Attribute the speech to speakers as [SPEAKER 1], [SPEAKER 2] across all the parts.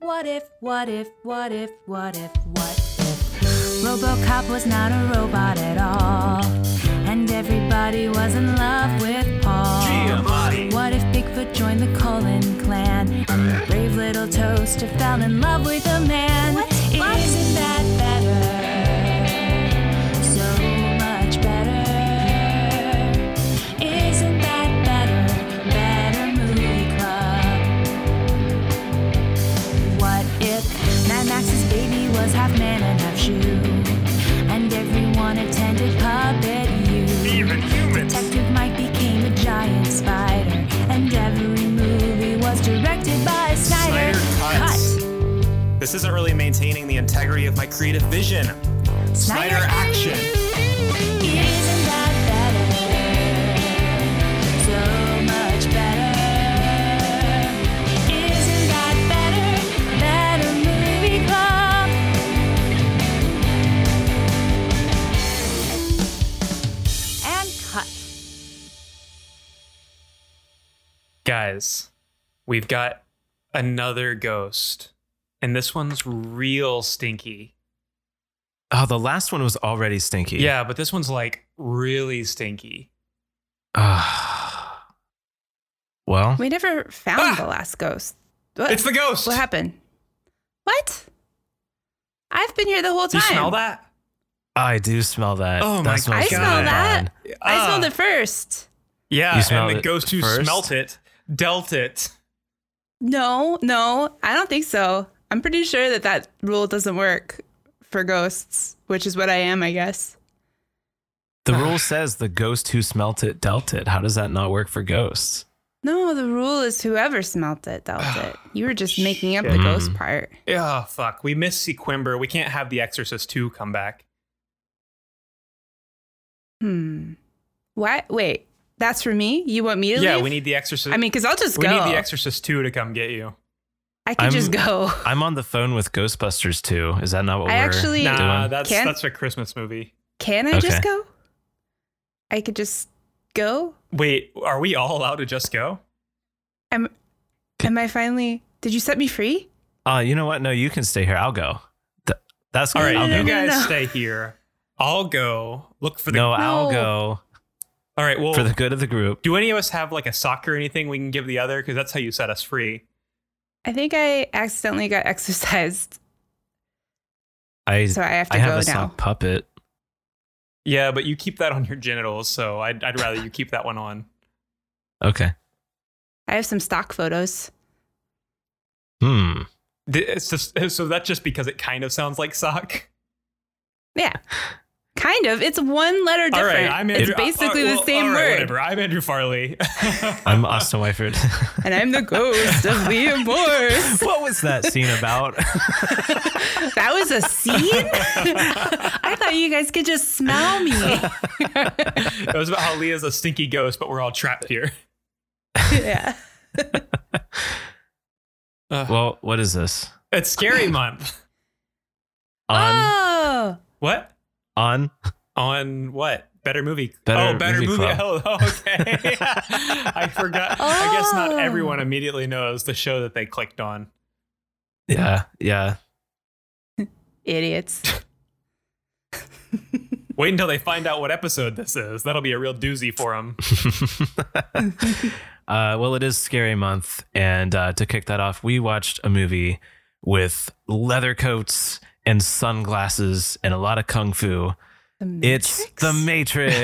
[SPEAKER 1] What if, what if, what if, what if, what if Robocop was not a robot at all? And everybody was in love with Paul. What if Bigfoot joined the Cullen clan? And brave little toaster fell in love with a man.
[SPEAKER 2] What?
[SPEAKER 1] Isn't
[SPEAKER 2] What?
[SPEAKER 1] that better? So much better. Isn't that better? Better movie club. What if Mad Max's baby was half man and half shoe? And everyone attended puppet you.
[SPEAKER 3] Even humans.
[SPEAKER 1] Detective Mike became a giant spider, and every movie was directed by Snyder.
[SPEAKER 3] Snyder cuts. This isn't really maintaining the integrity of my creative vision.
[SPEAKER 1] Cut.
[SPEAKER 3] Snyder action.
[SPEAKER 1] Isn't that better? So much better. Isn't that better? Better movie club. And cut.
[SPEAKER 3] Guys, we've got another ghost, and this one's real stinky.
[SPEAKER 4] Oh, the last one was already stinky.
[SPEAKER 3] Yeah, but this one's like really stinky.
[SPEAKER 4] Ah. well,
[SPEAKER 2] We never found the last ghost. What?
[SPEAKER 3] Ah! It's the ghost.
[SPEAKER 2] What happened? What? I've been here the whole
[SPEAKER 3] Do
[SPEAKER 2] time.
[SPEAKER 3] you smell that?
[SPEAKER 4] I do smell that.
[SPEAKER 3] Oh
[SPEAKER 4] That
[SPEAKER 3] my
[SPEAKER 4] smells
[SPEAKER 3] God. I
[SPEAKER 4] really
[SPEAKER 3] smell
[SPEAKER 2] that.
[SPEAKER 4] bad.
[SPEAKER 2] I
[SPEAKER 3] Ah,
[SPEAKER 2] smelled it first.
[SPEAKER 3] Yeah,
[SPEAKER 4] You smelled
[SPEAKER 3] and the
[SPEAKER 4] it
[SPEAKER 3] ghost who
[SPEAKER 4] first?
[SPEAKER 3] smelt it dealt it.
[SPEAKER 2] No, no, I don't think so. I'm pretty sure that that rule doesn't work for ghosts, which is what I am, I guess.
[SPEAKER 4] The rule says the ghost who smelt it dealt it. How does that not work for ghosts?
[SPEAKER 2] No, the rule is whoever smelt it dealt it. You were just making up the
[SPEAKER 4] Shit. Hmm.
[SPEAKER 2] ghost part.
[SPEAKER 3] Oh fuck, we missed Sequimber. We can't have The Exorcist 2 come back.
[SPEAKER 2] Hmm. What? Wait, that's for me? You want me to
[SPEAKER 3] yeah,
[SPEAKER 2] leave?
[SPEAKER 3] we need The Exorcist.
[SPEAKER 2] I mean, because I'll just
[SPEAKER 3] we
[SPEAKER 2] go.
[SPEAKER 3] need The Exorcist 2 to come get you.
[SPEAKER 2] I can
[SPEAKER 4] I'm-
[SPEAKER 2] just go.
[SPEAKER 4] I'm on the phone with Ghostbusters too. Is that not what
[SPEAKER 2] I
[SPEAKER 4] we're
[SPEAKER 2] actually-
[SPEAKER 4] doing?
[SPEAKER 3] Nah, that's
[SPEAKER 2] Can-
[SPEAKER 3] that's a Christmas movie.
[SPEAKER 2] Can I
[SPEAKER 4] Okay.
[SPEAKER 2] just go? I could just go?
[SPEAKER 3] Wait, are we all allowed to just go?
[SPEAKER 2] Am, am I finally. Did you set me free?
[SPEAKER 4] Uh, you know what? No, you can stay here. I'll go. Th- that's
[SPEAKER 3] All
[SPEAKER 4] good.
[SPEAKER 3] right,
[SPEAKER 2] No,
[SPEAKER 4] I'll
[SPEAKER 2] no,
[SPEAKER 3] you
[SPEAKER 4] go.
[SPEAKER 2] no,
[SPEAKER 3] guys
[SPEAKER 2] no.
[SPEAKER 3] stay here. I'll go look for the.
[SPEAKER 4] No,
[SPEAKER 2] No.
[SPEAKER 4] I'll go
[SPEAKER 3] All right. Well,
[SPEAKER 4] for the good of the group.
[SPEAKER 3] do any of us have like a sock or anything we can give the other? Because that's how you set us free.
[SPEAKER 2] I think I accidentally got exercised.
[SPEAKER 4] I
[SPEAKER 2] So I have to
[SPEAKER 4] I
[SPEAKER 2] go
[SPEAKER 4] have a
[SPEAKER 2] now.
[SPEAKER 4] sock puppet.
[SPEAKER 3] Yeah, but you keep that on your genitals, so I'd, I'd rather you keep that one on.
[SPEAKER 4] Okay.
[SPEAKER 2] I have some stock photos.
[SPEAKER 4] Hmm.
[SPEAKER 3] Th- It's just so that's just because it kind of sounds like sock.
[SPEAKER 2] Yeah. Kind of. It's one letter
[SPEAKER 3] All
[SPEAKER 2] different.
[SPEAKER 3] right, I'm Andrew.
[SPEAKER 2] it's basically
[SPEAKER 3] uh,
[SPEAKER 2] the
[SPEAKER 3] well,
[SPEAKER 2] same
[SPEAKER 3] all right,
[SPEAKER 2] word.
[SPEAKER 3] Whatever. I'm Andrew Farley.
[SPEAKER 4] I'm Austin Wyford.
[SPEAKER 2] And I'm the ghost of Liam Morse.
[SPEAKER 4] what was that scene about?
[SPEAKER 2] That was a scene? I thought you guys could just smell me.
[SPEAKER 3] it was about how Leah's a stinky ghost, but we're all trapped here.
[SPEAKER 2] yeah.
[SPEAKER 4] well, what is this?
[SPEAKER 3] It's scary month.
[SPEAKER 4] On
[SPEAKER 2] oh.
[SPEAKER 3] What?
[SPEAKER 4] on
[SPEAKER 3] On what? Better movie.
[SPEAKER 4] Better
[SPEAKER 3] oh, better
[SPEAKER 4] Movie
[SPEAKER 3] movie.
[SPEAKER 4] Club.
[SPEAKER 3] Oh, oh, okay. I forgot. I guess not
[SPEAKER 2] Oh.
[SPEAKER 3] everyone immediately knows the show that they clicked on.
[SPEAKER 4] yeah yeah
[SPEAKER 2] Idiots.
[SPEAKER 3] Wait until they find out what episode this is. That'll be a real doozy for them.
[SPEAKER 4] uh, well it is scary month and uh, to kick that off we watched a movie with leather coats and sunglasses and a lot of kung fu it's the matrix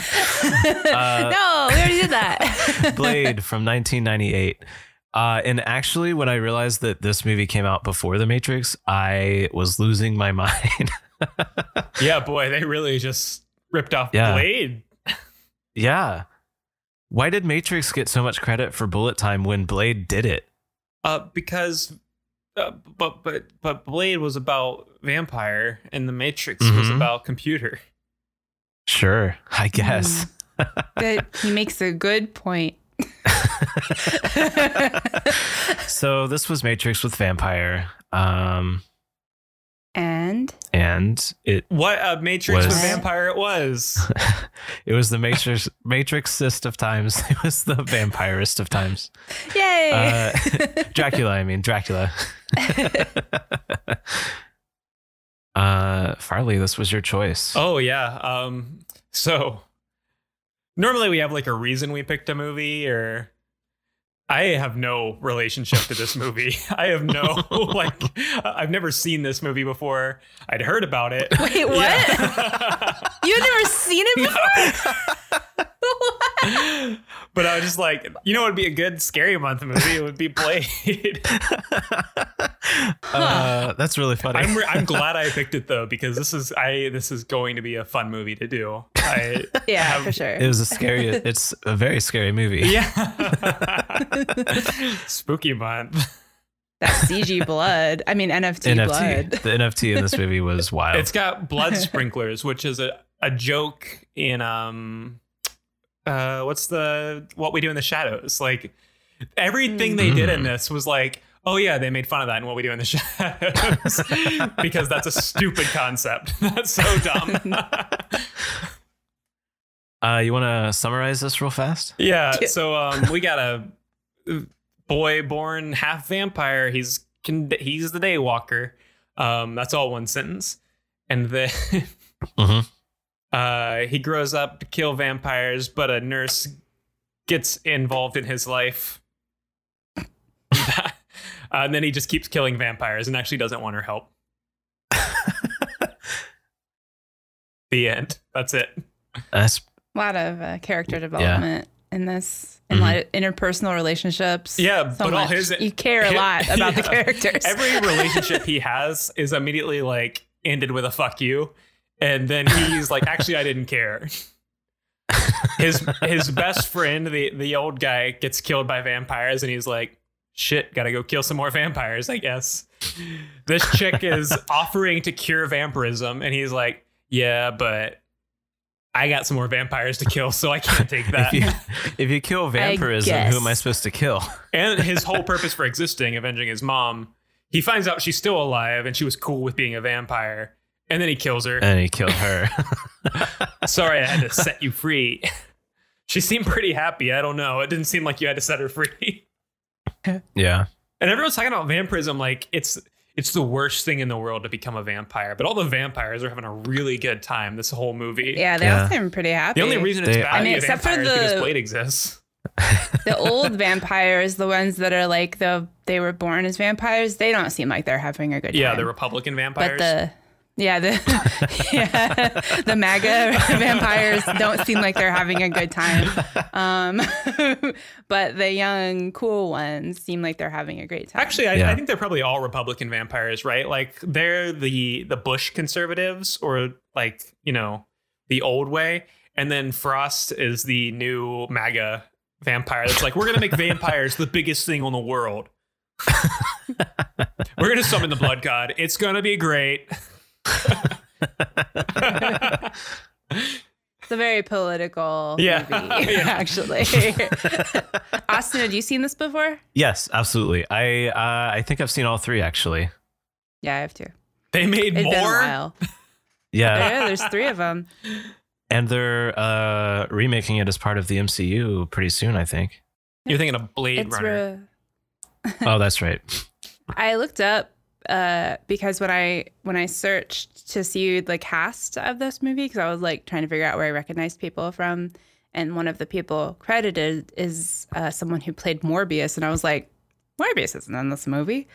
[SPEAKER 4] Uh,
[SPEAKER 2] no, we already did that.
[SPEAKER 4] blade from 1998 uh, and actually when i realized that this movie came out before the matrix i was losing my mind
[SPEAKER 3] yeah, boy, they really just ripped off
[SPEAKER 4] Yeah.
[SPEAKER 3] Blade.
[SPEAKER 4] yeah why did matrix get so much credit for bullet time when blade did it
[SPEAKER 3] Uh, because, uh, but but but Blade was about vampire, and The Matrix was
[SPEAKER 4] Mhm.
[SPEAKER 3] about computer.
[SPEAKER 4] Sure, I guess.
[SPEAKER 2] That he makes a good point.
[SPEAKER 4] so this was Matrix with vampire. Um,
[SPEAKER 2] And
[SPEAKER 4] and it
[SPEAKER 3] What a Matrix
[SPEAKER 4] Was-
[SPEAKER 3] with vampire it was.
[SPEAKER 4] it was the matrix matrixist of times. It was the vampirist of times.
[SPEAKER 2] yay!
[SPEAKER 4] Uh, Dracula, I mean Dracula. uh, Farley, this was your choice.
[SPEAKER 3] Oh yeah. Um so normally we have like a reason we picked a movie or I have no relationship to this movie. I have no like I've never seen this movie before. I'd heard about it.
[SPEAKER 2] Wait, what?
[SPEAKER 3] Yeah.
[SPEAKER 2] You've never seen it before?
[SPEAKER 3] but I was just like, you know what would be a good scary month movie? It would be Blade.
[SPEAKER 4] Uh, that's really funny.
[SPEAKER 3] I'm re- I'm glad I picked it though because this is I this is going to be a fun movie to do. I
[SPEAKER 2] yeah, for sure.
[SPEAKER 4] it was a scary. It's a very scary movie.
[SPEAKER 3] yeah. Spooky month.
[SPEAKER 2] that CG blood. I mean NFT,
[SPEAKER 4] NFT.
[SPEAKER 2] blood.
[SPEAKER 4] The NFT in this movie was wild.
[SPEAKER 3] It's got blood sprinklers, which is a, a joke in um uh what's the what we do in the shadows. Like everything they did in this was like, oh yeah, they made fun of that in what we do in the shadows. because that's a stupid concept. That's so dumb.
[SPEAKER 4] uh, you want to summarize this real fast?
[SPEAKER 3] yeah. So um we got a boy born half vampire. He's con- he's the daywalker. Um that's all one sentence. And then
[SPEAKER 4] Mm-hmm.
[SPEAKER 3] Uh, he grows up to kill vampires, but a nurse gets involved in his life. Uh, and then he just keeps killing vampires and actually doesn't want her help. the end. That's it.
[SPEAKER 4] That's
[SPEAKER 2] A lot of uh, character development in this, and
[SPEAKER 4] Mhm.
[SPEAKER 2] a lot of interpersonal relationships.
[SPEAKER 3] Mm-hmm. Yeah,
[SPEAKER 2] so
[SPEAKER 3] but all
[SPEAKER 2] much.
[SPEAKER 3] his-
[SPEAKER 2] you care a lot about the
[SPEAKER 3] Yeah.
[SPEAKER 2] characters.
[SPEAKER 3] Every relationship he has is immediately like ended with a fuck you. And then he's like, actually, I didn't care. His his best friend, the the old guy, gets killed by vampires, and he's like, shit, gotta go kill some more vampires, I guess. This chick is offering to cure vampirism, and he's like, Yeah, but I got some more vampires to kill, so I can't take that.
[SPEAKER 4] if you, if you kill vampirism, who am I
[SPEAKER 2] guess.
[SPEAKER 4] supposed to kill?
[SPEAKER 3] and his whole purpose for existing, avenging his mom, he finds out she's still alive and she was cool with being a vampire. And then he kills her.
[SPEAKER 4] And he killed her.
[SPEAKER 3] Sorry, I had to set you free. she seemed pretty happy. I don't know. It didn't seem like you had to set her free.
[SPEAKER 4] yeah.
[SPEAKER 3] And everyone's talking about vampirism like it's it's the worst thing in the world to become a vampire. But all the vampires are having a really good time this whole movie.
[SPEAKER 2] yeah, they
[SPEAKER 4] Yeah.
[SPEAKER 2] all seem pretty happy.
[SPEAKER 3] The only reason it's
[SPEAKER 4] They-
[SPEAKER 3] bad
[SPEAKER 4] I
[SPEAKER 3] to
[SPEAKER 2] mean,
[SPEAKER 3] be a
[SPEAKER 2] except for
[SPEAKER 3] vampire is because
[SPEAKER 2] the-
[SPEAKER 3] Blade exists.
[SPEAKER 2] the old vampires, the ones that are like the they were born as vampires, they don't seem like they're having a good
[SPEAKER 3] Yeah,
[SPEAKER 2] time.
[SPEAKER 3] the Republican
[SPEAKER 2] but
[SPEAKER 3] vampires.
[SPEAKER 2] the yeah the yeah the MAGA vampires don't seem like they're having a good time. Um, but the young cool ones seem like they're having a great time.
[SPEAKER 3] Actually, I,
[SPEAKER 4] Yeah.
[SPEAKER 3] I think they're probably all Republican vampires, right? Like they're the the Bush conservatives, or like you know the old way, and then Frost is the new MAGA vampire. That's like we're gonna make vampires the biggest thing on the world. we're gonna summon the Blood God. It's gonna be great.
[SPEAKER 2] It's a very political
[SPEAKER 3] Yeah.
[SPEAKER 2] movie,
[SPEAKER 3] Yeah.
[SPEAKER 2] actually. Austin, had you seen this before?
[SPEAKER 4] Yes, absolutely. I uh, I think I've seen all three actually.
[SPEAKER 2] Yeah, I have too.
[SPEAKER 3] They made
[SPEAKER 2] It's been a
[SPEAKER 3] more.
[SPEAKER 2] while.
[SPEAKER 4] Yeah,
[SPEAKER 2] Yeah, there's three of them.
[SPEAKER 4] and they're uh, remaking it as part of the MCU pretty soon, I think.
[SPEAKER 3] You're thinking of Blade
[SPEAKER 2] It's
[SPEAKER 3] Runner.
[SPEAKER 2] re-
[SPEAKER 4] Oh, that's right.
[SPEAKER 2] I looked up uh, because when I when I searched to see the cast of this movie, because I was like trying to figure out where I recognized people from, and one of the people credited is uh, someone who played Morbius, and I was like, Morbius isn't in this movie.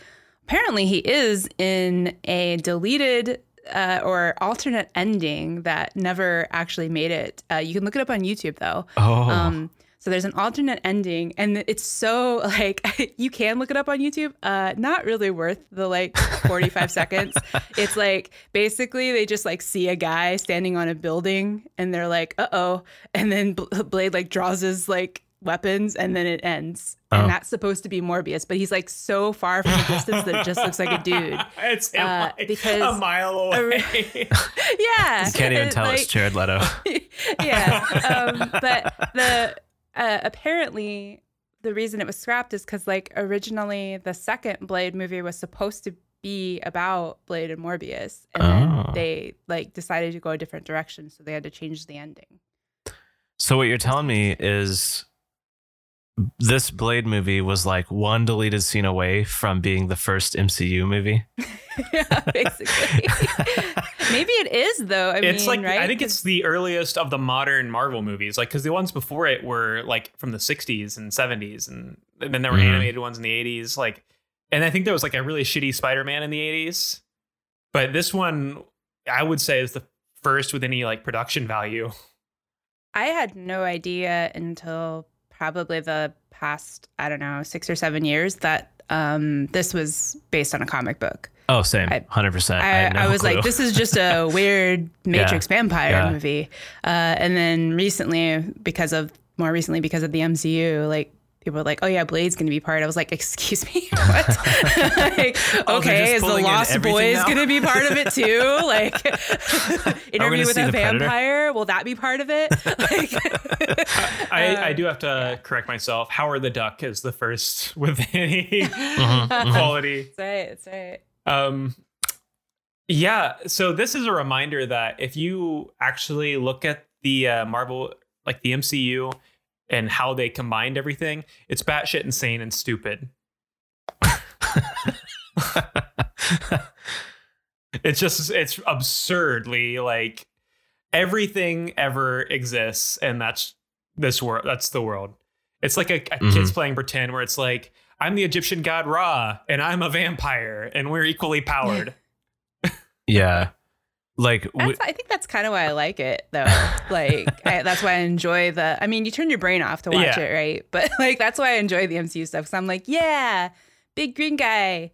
[SPEAKER 2] Apparently, he is in a deleted. Uh, or alternate ending that never actually made it. Uh, you can look it up on YouTube though.
[SPEAKER 4] Oh,
[SPEAKER 2] Um, so there's an alternate ending, and it's so like you can look it up on YouTube. Uh, not really worth the like 45 seconds. It's like basically they just like see a guy standing on a building, and they're like, "Uh oh," and then Bl- Blade like draws his like weapons, and then it ends.
[SPEAKER 4] Oh.
[SPEAKER 2] And that's supposed to be Morbius, but he's like so far from the distance that it just looks like a dude.
[SPEAKER 3] it's him,
[SPEAKER 2] uh,
[SPEAKER 3] like,
[SPEAKER 2] because
[SPEAKER 3] a mile away.
[SPEAKER 2] Yeah,
[SPEAKER 4] can't even
[SPEAKER 2] It,
[SPEAKER 4] tell
[SPEAKER 2] like-
[SPEAKER 4] it's Jared Leto.
[SPEAKER 2] yeah. Um, but the uh, apparently the reason it was scrapped is because like originally the second Blade movie was supposed to be about Blade and Morbius, and then
[SPEAKER 4] Oh.
[SPEAKER 2] they like decided to go a different direction, so they had to change the ending.
[SPEAKER 4] So what you're telling me is this Blade movie was like one deleted scene away from being the first MCU movie.
[SPEAKER 2] yeah, basically. Maybe it is though. I
[SPEAKER 3] it's
[SPEAKER 2] mean,
[SPEAKER 3] like
[SPEAKER 2] right?
[SPEAKER 3] I think it's the earliest of the modern Marvel movies, like because the ones before it were like from the '60s and '70s, and, and then there were
[SPEAKER 4] Mhm.
[SPEAKER 3] animated ones in the '80s. Like, and I think there was like a really shitty Spider-Man in the '80s, but this one I would say is the first with any like production value.
[SPEAKER 2] I had no idea until probably the past, I don't know, six or seven years that um, this was based on a comic book.
[SPEAKER 4] Oh, same,
[SPEAKER 2] I-
[SPEAKER 4] hundred percent. I,
[SPEAKER 2] I,
[SPEAKER 4] had no
[SPEAKER 2] I was
[SPEAKER 4] clue.
[SPEAKER 2] like, this is just a weird Matrix vampire
[SPEAKER 4] yeah.
[SPEAKER 2] movie. Uh, and then recently, because of more recently, because of the MCU, like people were like, oh yeah, Blade's going to be part. I was like, excuse me, what? like,
[SPEAKER 4] Oh, they're just
[SPEAKER 2] okay, is the
[SPEAKER 4] pulling in
[SPEAKER 2] Lost
[SPEAKER 4] everything
[SPEAKER 2] Boys
[SPEAKER 4] now?
[SPEAKER 2] going to be part of it too? Like,
[SPEAKER 4] Are we
[SPEAKER 2] interview
[SPEAKER 4] gonna
[SPEAKER 2] with
[SPEAKER 4] see
[SPEAKER 2] a
[SPEAKER 4] the Predator?
[SPEAKER 2] vampire, will that be part of it? Like,
[SPEAKER 3] I,
[SPEAKER 2] Uh,
[SPEAKER 3] I do have to correct myself. Howard the Duck is the first with any
[SPEAKER 4] Mhm, mhm.
[SPEAKER 3] quality.
[SPEAKER 2] That's right. That's right.
[SPEAKER 3] Um, yeah. So this is a reminder that if you actually look at the uh, Marvel, like the MCU, and how they combined everything, it's batshit insane and stupid. It's just it's absurdly like everything ever exists, and that's this world. That's the world. It's like a, a kids playing pretend where it's like I'm the Egyptian god Ra, and I'm a vampire, and we're equally powered.
[SPEAKER 4] yeah, like w-
[SPEAKER 2] That's, I think that's kind of why I like it, though. Like, I, that's why I enjoy the. I mean, you turn your brain off to watch
[SPEAKER 3] Yeah.
[SPEAKER 2] it, right? But like, that's why I enjoy the MCU stuff because I'm like, yeah, big green guy,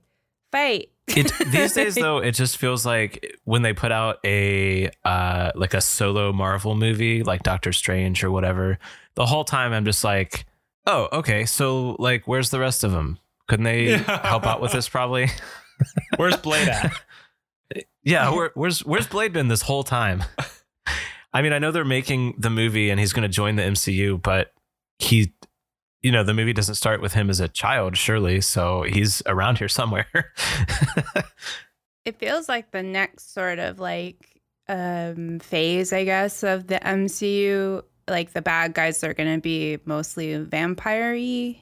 [SPEAKER 2] fight.
[SPEAKER 4] it, these days though it just feels like when they put out a uh like a solo marvel movie like doctor strange or whatever the whole time i'm just like oh okay so like where's the rest of them couldn't they
[SPEAKER 3] Yeah.
[SPEAKER 4] help out with this probably
[SPEAKER 3] Where's Blade at?
[SPEAKER 4] yeah where, where's where's blade been this whole time i mean i know they're making the movie and he's going to join the mcu but he you know the movie doesn't start with him as a child surely so he's around here somewhere
[SPEAKER 2] It feels like the next sort of like um phase, I guess, of the MCU. Like the bad guys are gonna be mostly vampire-y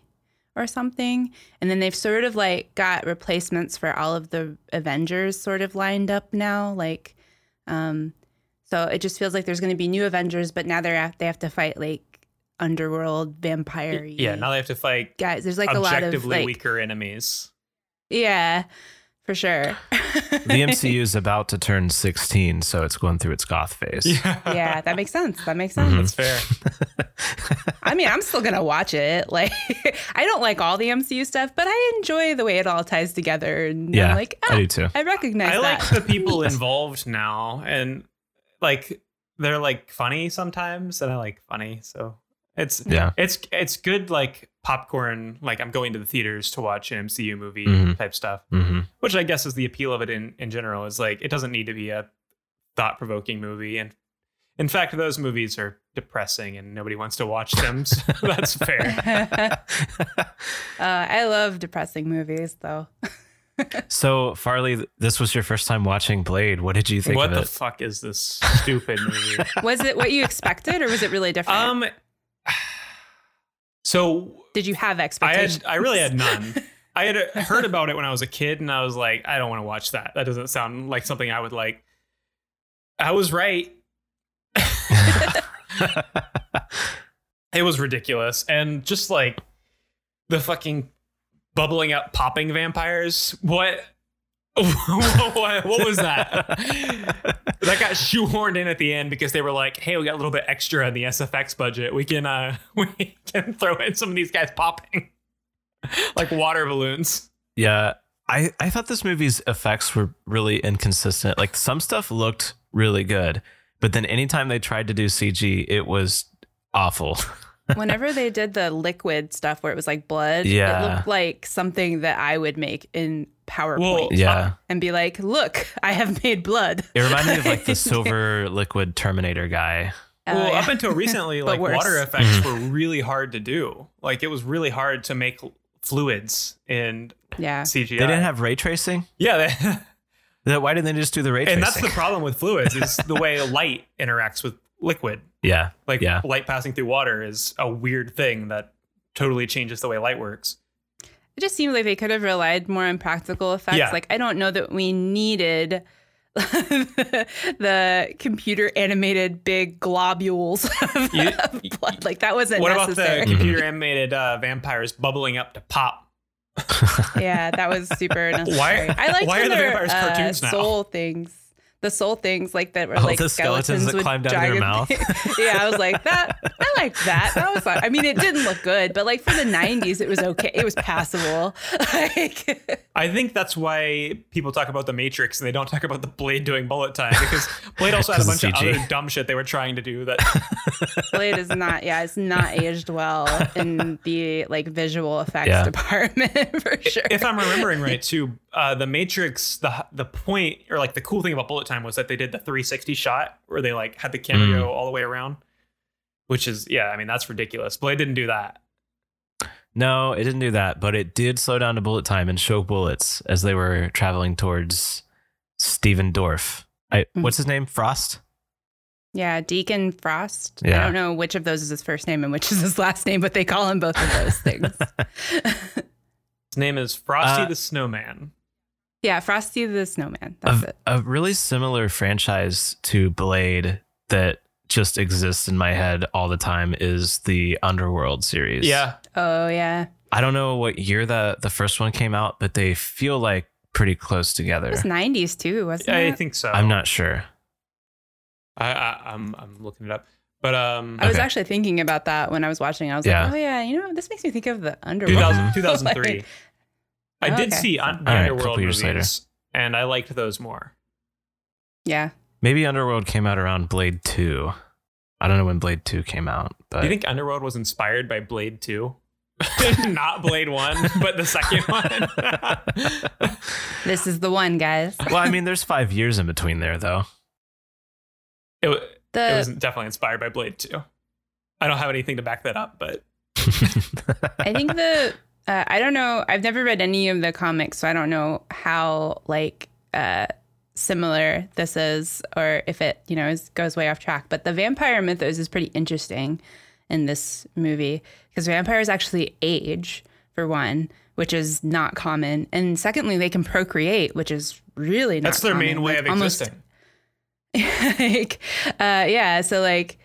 [SPEAKER 2] or something. And then they've sort of like got replacements for all of the Avengers sort of lined up now. Like um so it just feels like there's gonna be new Avengers, but now they're at, they have to fight like underworld vampire
[SPEAKER 3] yeah. Now they have to fight
[SPEAKER 2] guys. There's like a lot of
[SPEAKER 3] objectively
[SPEAKER 2] like
[SPEAKER 3] weaker enemies.
[SPEAKER 2] Yeah, for sure.
[SPEAKER 4] the MCU is about to turn 16, so it's going through its goth phase.
[SPEAKER 2] yeah, that makes sense. That makes
[SPEAKER 4] Mhm.
[SPEAKER 2] sense.
[SPEAKER 3] that's fair.
[SPEAKER 2] I mean, I'm still gonna watch it. Like, I don't like all the MCU stuff, but I enjoy the way it all ties together. And
[SPEAKER 4] Yeah,
[SPEAKER 2] I'm like,
[SPEAKER 4] I
[SPEAKER 2] ah,
[SPEAKER 4] do too.
[SPEAKER 2] I, recognize
[SPEAKER 3] I
[SPEAKER 2] that.
[SPEAKER 3] like the people involved now, and like they're like funny sometimes, and I like funny, so it's
[SPEAKER 4] Yeah.
[SPEAKER 3] it's it's good like popcorn. Like I'm going to the theaters to watch an MCU movie
[SPEAKER 4] Mhm.
[SPEAKER 3] type stuff,
[SPEAKER 4] hmm
[SPEAKER 3] which I guess is the appeal of it in in general. Is like it doesn't need to be a thought provoking movie, and in fact, those movies are depressing, and nobody wants to watch them. So that's fair.
[SPEAKER 2] uh, I love depressing movies, though.
[SPEAKER 4] So, Farley, this was your first time watching Blade. What did you think
[SPEAKER 3] what
[SPEAKER 4] of
[SPEAKER 3] the
[SPEAKER 4] it?
[SPEAKER 3] fuck is this stupid movie?
[SPEAKER 2] Was it what you expected, or was it really different?
[SPEAKER 3] Um. So
[SPEAKER 2] Did you have
[SPEAKER 3] I
[SPEAKER 2] expectations?
[SPEAKER 3] had I really had none. I had heard about it when I was a kid, and I was like, I don't want to watch that. That doesn't sound like something I would like. I was right. It was ridiculous, and just like the fucking bubbling up, popping vampires. What? what, what was that? that got shoehorned in at the end because they were like, "Hey, we got a little bit extra in the SFX budget. We can uh, we can throw in some of these guys popping like water balloons."
[SPEAKER 4] yeah. I, I thought this movie's effects were really inconsistent. Like, some stuff looked really good, but then anytime they tried to do CG, it was awful.
[SPEAKER 2] Whenever they did the liquid stuff where it was like blood,
[SPEAKER 4] Yeah.
[SPEAKER 2] it looked like something that I would make in PowerPoint
[SPEAKER 4] Yeah.
[SPEAKER 2] and be like, "Look, I have made blood."
[SPEAKER 4] It reminded me of like the silver liquid Terminator guy.
[SPEAKER 2] Oh,
[SPEAKER 3] well,
[SPEAKER 2] yeah.
[SPEAKER 3] up until recently,
[SPEAKER 2] But
[SPEAKER 3] like
[SPEAKER 2] worse.
[SPEAKER 3] water effects were really hard to do. Like it was really hard to make fluids and
[SPEAKER 2] Yeah.
[SPEAKER 3] CGI.
[SPEAKER 4] They didn't have ray tracing.
[SPEAKER 3] yeah, they,
[SPEAKER 4] That- Why didn't they just do the ray
[SPEAKER 3] and
[SPEAKER 4] tracing?
[SPEAKER 3] that's the problem with fluids is the way light interacts with liquid.
[SPEAKER 4] yeah,
[SPEAKER 3] Like
[SPEAKER 4] Yeah.
[SPEAKER 3] light passing through water is a weird thing that totally changes the way light works.
[SPEAKER 2] It just seemed like they could have relied more on practical effects.
[SPEAKER 3] Yeah.
[SPEAKER 2] Like I don't know that we needed the, computer animated big globules of
[SPEAKER 3] You-
[SPEAKER 2] blood. Like that wasn't
[SPEAKER 3] what
[SPEAKER 2] necessary.
[SPEAKER 3] about the computer animated uh, vampires bubbling up to pop?
[SPEAKER 2] yeah, that was super necessary. I liked
[SPEAKER 3] why are the
[SPEAKER 2] other,
[SPEAKER 3] vampires
[SPEAKER 2] uh,
[SPEAKER 3] cartoons now?
[SPEAKER 2] Soul things. The soul things like that were
[SPEAKER 4] Oh,
[SPEAKER 2] like
[SPEAKER 4] the skeletons that
[SPEAKER 2] with
[SPEAKER 4] climbed out of their
[SPEAKER 2] dragon
[SPEAKER 4] mouth.
[SPEAKER 2] things. yeah, I was like that. I liked that. That was fun. I mean, it didn't look good, but like for the '90s, it was okay. It was passable. Like,
[SPEAKER 3] I think that's why people talk about the Matrix and they don't talk about the Blade doing bullet time because Blade also had a
[SPEAKER 4] 'Cause
[SPEAKER 3] bunch
[SPEAKER 4] it's
[SPEAKER 3] of
[SPEAKER 4] CG.
[SPEAKER 3] other dumb shit they were trying to do that
[SPEAKER 2] Blade is not, yeah, it's not aged well in the like visual effects
[SPEAKER 4] Yeah.
[SPEAKER 2] department for sure.
[SPEAKER 3] if I'm remembering right, too, uh, the Matrix, the the point or like the cool thing about Bullet Time was that they did the 360 shot where they like had the camera
[SPEAKER 4] Mm.
[SPEAKER 3] go all the way around, which is yeah, I mean that's ridiculous. Blade didn't do that.
[SPEAKER 4] No, it didn't do that, but it did slow down to bullet time and show bullets as they were traveling towards Steven Dorff. I,
[SPEAKER 2] Mhm.
[SPEAKER 4] What's his name? Frost?
[SPEAKER 2] yeah, Deacon Frost. I
[SPEAKER 4] Yeah.
[SPEAKER 2] don't know which of those is his first name and which is his last name, but they call him both of those things.
[SPEAKER 3] His name is Frosty
[SPEAKER 4] Uh,
[SPEAKER 3] the Snowman.
[SPEAKER 2] yeah, Frosty the Snowman. That's
[SPEAKER 4] A,
[SPEAKER 2] it.
[SPEAKER 4] a really similar franchise to Blade that just exists in my head all the time is the Underworld series.
[SPEAKER 3] Yeah,
[SPEAKER 2] Oh yeah,
[SPEAKER 4] I don't know what year the, the first one came out, but they feel like pretty close
[SPEAKER 2] it
[SPEAKER 4] together.
[SPEAKER 2] was '90s too, wasn't
[SPEAKER 3] I
[SPEAKER 2] it?
[SPEAKER 3] think so.
[SPEAKER 4] I'm not sure.
[SPEAKER 3] I, I I'm I'm looking it up, but um,
[SPEAKER 2] I was
[SPEAKER 4] okay.
[SPEAKER 2] actually thinking about that when I was watching. I was
[SPEAKER 4] Yeah.
[SPEAKER 2] like, oh yeah, you know, this makes me think of the Underworld.
[SPEAKER 3] 2000, 2003.
[SPEAKER 2] Like, oh,
[SPEAKER 3] I did
[SPEAKER 2] okay.
[SPEAKER 3] see un- the
[SPEAKER 4] All right, couple
[SPEAKER 3] Underworld
[SPEAKER 4] years
[SPEAKER 3] movies,
[SPEAKER 4] later.
[SPEAKER 3] and I liked those more.
[SPEAKER 2] yeah,
[SPEAKER 4] Maybe Underworld came out around Blade 2. I don't know when Blade 2 came out, but
[SPEAKER 3] Do you think Underworld was inspired by Blade Two? not Blade One, but the second one.
[SPEAKER 2] this is the one, guys.
[SPEAKER 4] well, I mean, there's five years in between there, though.
[SPEAKER 3] It, wa- it
[SPEAKER 2] The
[SPEAKER 3] was definitely inspired by Blade 2. I don't have anything to back that up, but
[SPEAKER 2] I think the uh, I don't know. I've never read any of the comics, so I don't know how like uh, similar this is, or if it you know is, goes way off track. But the vampire mythos is pretty interesting in this movie because vampires actually age for one, which is not common, and secondly, they can procreate, which is really not
[SPEAKER 3] that's their
[SPEAKER 2] common.
[SPEAKER 3] main way
[SPEAKER 2] Like,
[SPEAKER 3] of
[SPEAKER 2] almost
[SPEAKER 3] existing.
[SPEAKER 2] like uh yeah so like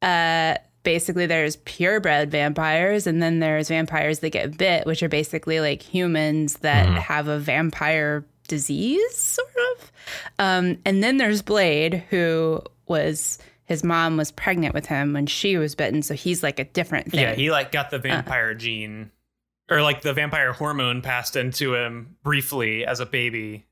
[SPEAKER 2] uh basically there's purebred vampires and then there's vampires that get bit which are basically like humans that
[SPEAKER 4] Mhm.
[SPEAKER 2] have a vampire disease sort of um and then there's blade who was his mom was pregnant with him when she was bitten so he's like a different thing
[SPEAKER 3] Yeah, he like got
[SPEAKER 2] Uh.
[SPEAKER 3] the vampire gene or like the vampire hormone passed into him briefly as a baby.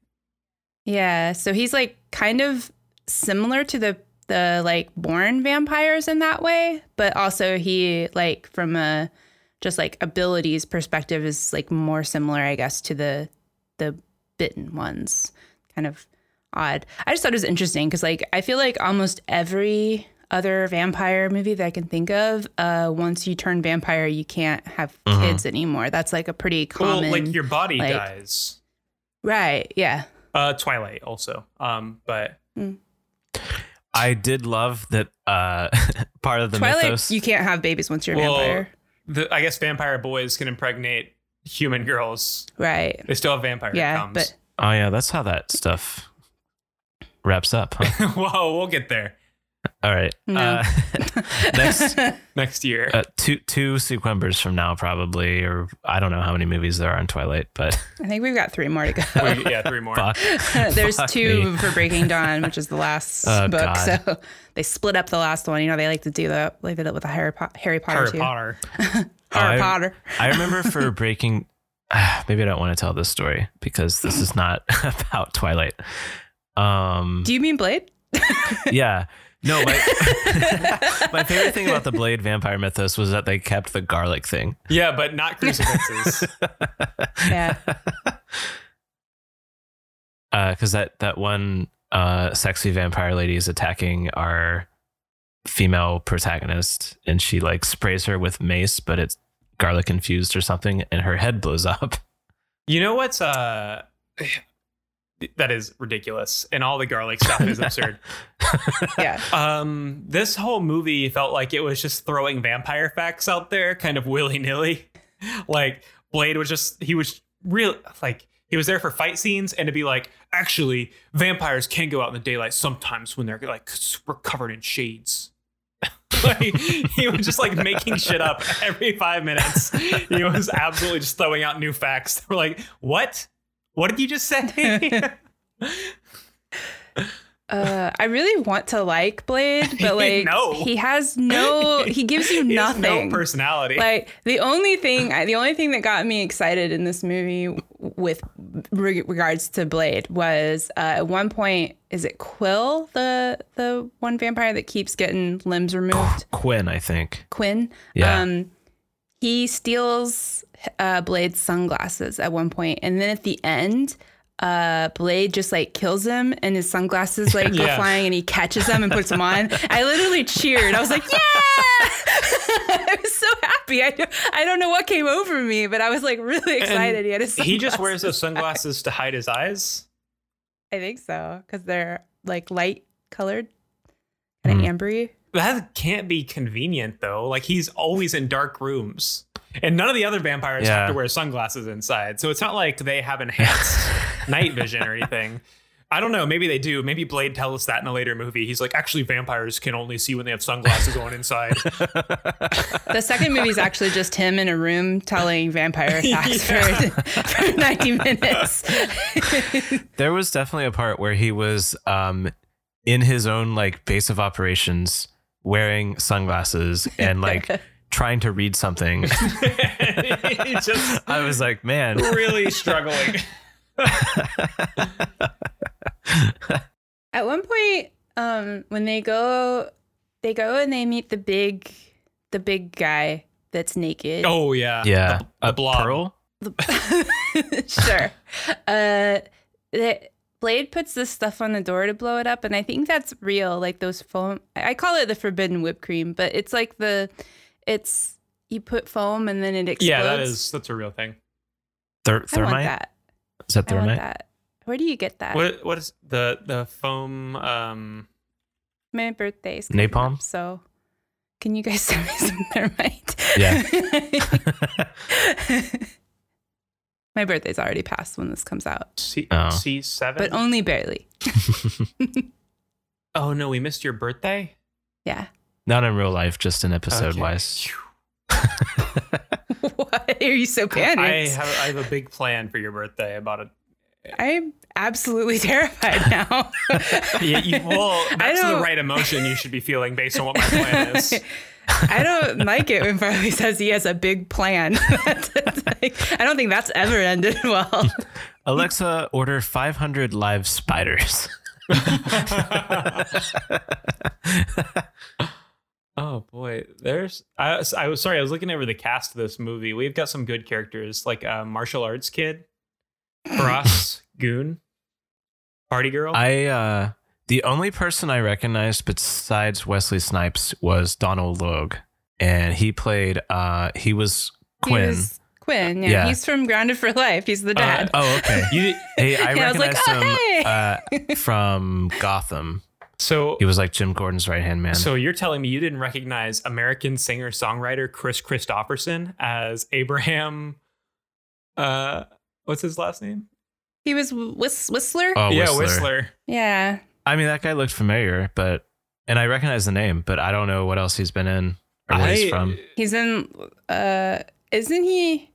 [SPEAKER 2] Yeah, so he's like kind of similar to the the like born vampires in that way, but also he like from a just like abilities perspective is like more similar, I guess, to the the bitten ones. Kind of odd. I just thought it was interesting because like I feel like almost every other vampire movie that I can think of, uh, once you turn vampire, you can't have
[SPEAKER 4] Mhm.
[SPEAKER 2] kids anymore. That's like a pretty common,
[SPEAKER 3] Mm-hmm. well, like your body
[SPEAKER 2] like-
[SPEAKER 3] dies.
[SPEAKER 2] right? Yeah,
[SPEAKER 3] Uh Twilight also. Um but
[SPEAKER 4] I did love that uh, part of the
[SPEAKER 2] Twilight.
[SPEAKER 4] mythos.
[SPEAKER 2] You can't have babies once you're a
[SPEAKER 3] Well,
[SPEAKER 2] vampire.
[SPEAKER 3] the, I guess vampire boys can impregnate human girls.
[SPEAKER 2] Right.
[SPEAKER 3] They still have vampire
[SPEAKER 2] Yeah,
[SPEAKER 3] comes.
[SPEAKER 2] but
[SPEAKER 4] oh yeah, that's how that stuff wraps up. Huh?
[SPEAKER 3] Whoa, we'll get there
[SPEAKER 4] All right.
[SPEAKER 2] No.
[SPEAKER 4] Uh, next,
[SPEAKER 3] next year.
[SPEAKER 4] uh, two two sequembers from now, probably, or I don't know how many movies there are in Twilight, but
[SPEAKER 2] I think we've got three more to go.
[SPEAKER 3] Wait, yeah, three more.
[SPEAKER 4] fuck.
[SPEAKER 2] There's
[SPEAKER 4] Fuck
[SPEAKER 2] two
[SPEAKER 4] me.
[SPEAKER 2] for Breaking Dawn, which is the last
[SPEAKER 4] Oh,
[SPEAKER 2] book.
[SPEAKER 4] God.
[SPEAKER 2] So they split up the last one. You know, they like to do that. They did it with a Harry, po- Harry Potter
[SPEAKER 3] Harry
[SPEAKER 2] too.
[SPEAKER 3] Potter.
[SPEAKER 2] Harry
[SPEAKER 4] I-
[SPEAKER 2] Potter.
[SPEAKER 4] I remember for breaking. ah, Maybe I don't want to tell this story because this is not about Twilight. Um,
[SPEAKER 2] Do you mean Blade?
[SPEAKER 4] yeah. No, my, my favorite thing about the Blade vampire mythos was that they kept the garlic thing.
[SPEAKER 3] Yeah, but not crucifixes.
[SPEAKER 2] Yeah.
[SPEAKER 4] Because uh, that, that one uh, sexy vampire lady is attacking our female protagonist and she like sprays her with mace, but it garlic infused or something, and her head blows up.
[SPEAKER 3] You know what's uh that is ridiculous and all the garlic stuff is absurd.
[SPEAKER 2] yeah.
[SPEAKER 3] Um this whole movie felt like it was just throwing vampire facts out there kind of willy-nilly. Like Blade was just he was real like he was there for fight scenes and to be like, actually, vampires can go out in the daylight sometimes when they're like super covered in shades. like, he was just like making shit up every five minutes. He was absolutely just throwing out new facts. We're like, what? What did you just say?
[SPEAKER 2] Uh, I really want to like Blade, but like
[SPEAKER 3] No.
[SPEAKER 2] he has no, he gives you
[SPEAKER 3] He has
[SPEAKER 2] nothing.
[SPEAKER 3] no personality.
[SPEAKER 2] like the only thing I- the only thing that got me excited in this movie w- with re- regards to blade was uh, at one point is it quill the the one vampire that keeps getting limbs removed
[SPEAKER 4] Quinn, I think.
[SPEAKER 2] quinn
[SPEAKER 4] Yeah.
[SPEAKER 2] um he steals uh blade's sunglasses at one point and then at the end uh blade just like kills him and his sunglasses like go
[SPEAKER 3] Yeah.
[SPEAKER 2] flying and he catches them and puts them on i literally cheered i was like yeah I was so happy. I, I don't know what came over me, but I was like really excited. he had his
[SPEAKER 3] he just wears
[SPEAKER 2] sunglasses.
[SPEAKER 3] those sunglasses to hide his eyes.
[SPEAKER 2] I think so because they're like light colored, kind
[SPEAKER 3] Hmm.
[SPEAKER 2] of ambery.
[SPEAKER 3] That can't be convenient though. Like he's always in dark rooms. And none of the other vampires
[SPEAKER 4] Yeah.
[SPEAKER 3] have to wear sunglasses inside. So it's not like they have enhanced night vision or anything. I don't know. Maybe they do. Maybe Blade tells us that in a later movie. He's like, actually, vampires can only see when they have sunglasses on inside.
[SPEAKER 2] The second movie is actually just him in a room telling vampire attacks for, for 90 minutes.
[SPEAKER 4] There was definitely a part where he was um, in his own like base of operations wearing sunglasses and like trying to read something.
[SPEAKER 3] He's just
[SPEAKER 4] I was like, man,
[SPEAKER 3] really struggling.
[SPEAKER 2] At one point, um, when they go, they go and they meet the big, the big guy that's naked.
[SPEAKER 3] Oh, yeah.
[SPEAKER 4] yeah,
[SPEAKER 3] The,
[SPEAKER 4] a
[SPEAKER 3] the blob.
[SPEAKER 4] pearl.
[SPEAKER 2] sure. Uh, the Blade puts this stuff on the door to blow it up, and I think that's real. Like those foam, I I call it the forbidden whipped cream, but it's like the, it's you put foam and then it explodes.
[SPEAKER 3] Yeah, that is, that's a real thing.
[SPEAKER 4] Ther-
[SPEAKER 2] I want
[SPEAKER 4] thermite.
[SPEAKER 2] that.
[SPEAKER 4] Is that
[SPEAKER 2] I want
[SPEAKER 4] thermite?
[SPEAKER 2] that. Where do you get
[SPEAKER 4] Uh,
[SPEAKER 2] that?
[SPEAKER 3] What what is the the foam? Um,
[SPEAKER 2] My birthday is coming
[SPEAKER 4] Napalm?
[SPEAKER 2] up, so can you guys send me some thermite? My birthday's already passed when this comes out,
[SPEAKER 3] C
[SPEAKER 4] Oh.
[SPEAKER 3] C seven.
[SPEAKER 2] but only barely.
[SPEAKER 3] oh no, we missed your birthday.
[SPEAKER 2] Yeah.
[SPEAKER 4] Not in real life, just in episode
[SPEAKER 3] Okay.
[SPEAKER 4] wise.
[SPEAKER 3] Phew.
[SPEAKER 2] Why are you so panicked?
[SPEAKER 3] I have I have a big plan for your birthday about it.
[SPEAKER 2] I'm absolutely terrified now.
[SPEAKER 3] Yeah, you, well, that's the
[SPEAKER 2] don't-
[SPEAKER 3] right emotion you should be feeling based on what my plan is.
[SPEAKER 2] I don't like it when Farley says he has a big plan. Like, I don't think that's ever ended well.
[SPEAKER 4] Alexa, order 500 live spiders.
[SPEAKER 3] Oh boy, there's I, was- I was sorry I was looking over the cast of this movie. We've got some good characters like uh, martial arts kid, Ross Goon, Party Girl.
[SPEAKER 4] I uh the only person I recognized besides Wesley Snipes was Donald Logue. And he played uh he was Quinn.
[SPEAKER 2] He was Quinn, yeah,
[SPEAKER 4] Yeah.
[SPEAKER 2] He's from Grounded for Life.
[SPEAKER 3] Uh,
[SPEAKER 2] He's the dad.
[SPEAKER 4] oh, okay.
[SPEAKER 3] You-
[SPEAKER 4] Hey, I
[SPEAKER 2] Yeah, I was like,
[SPEAKER 4] recognized
[SPEAKER 2] "Oh,
[SPEAKER 4] him uh, from Gotham.
[SPEAKER 3] so
[SPEAKER 4] He was like Jim Gordon's right hand man.
[SPEAKER 3] so you're telling me you didn't recognize American singer songwriter Chris Christopherson as Abraham? Uh, what's his last name?
[SPEAKER 2] he was Whis- Whistler.
[SPEAKER 4] oh,
[SPEAKER 3] yeah,
[SPEAKER 4] Whistler.
[SPEAKER 3] Whistler.
[SPEAKER 2] Yeah.
[SPEAKER 4] I mean, that guy looked familiar, but and I recognize the name, but I don't know what else he's been in or where he's
[SPEAKER 3] I-
[SPEAKER 4] from.
[SPEAKER 2] He's in, uh, isn't he?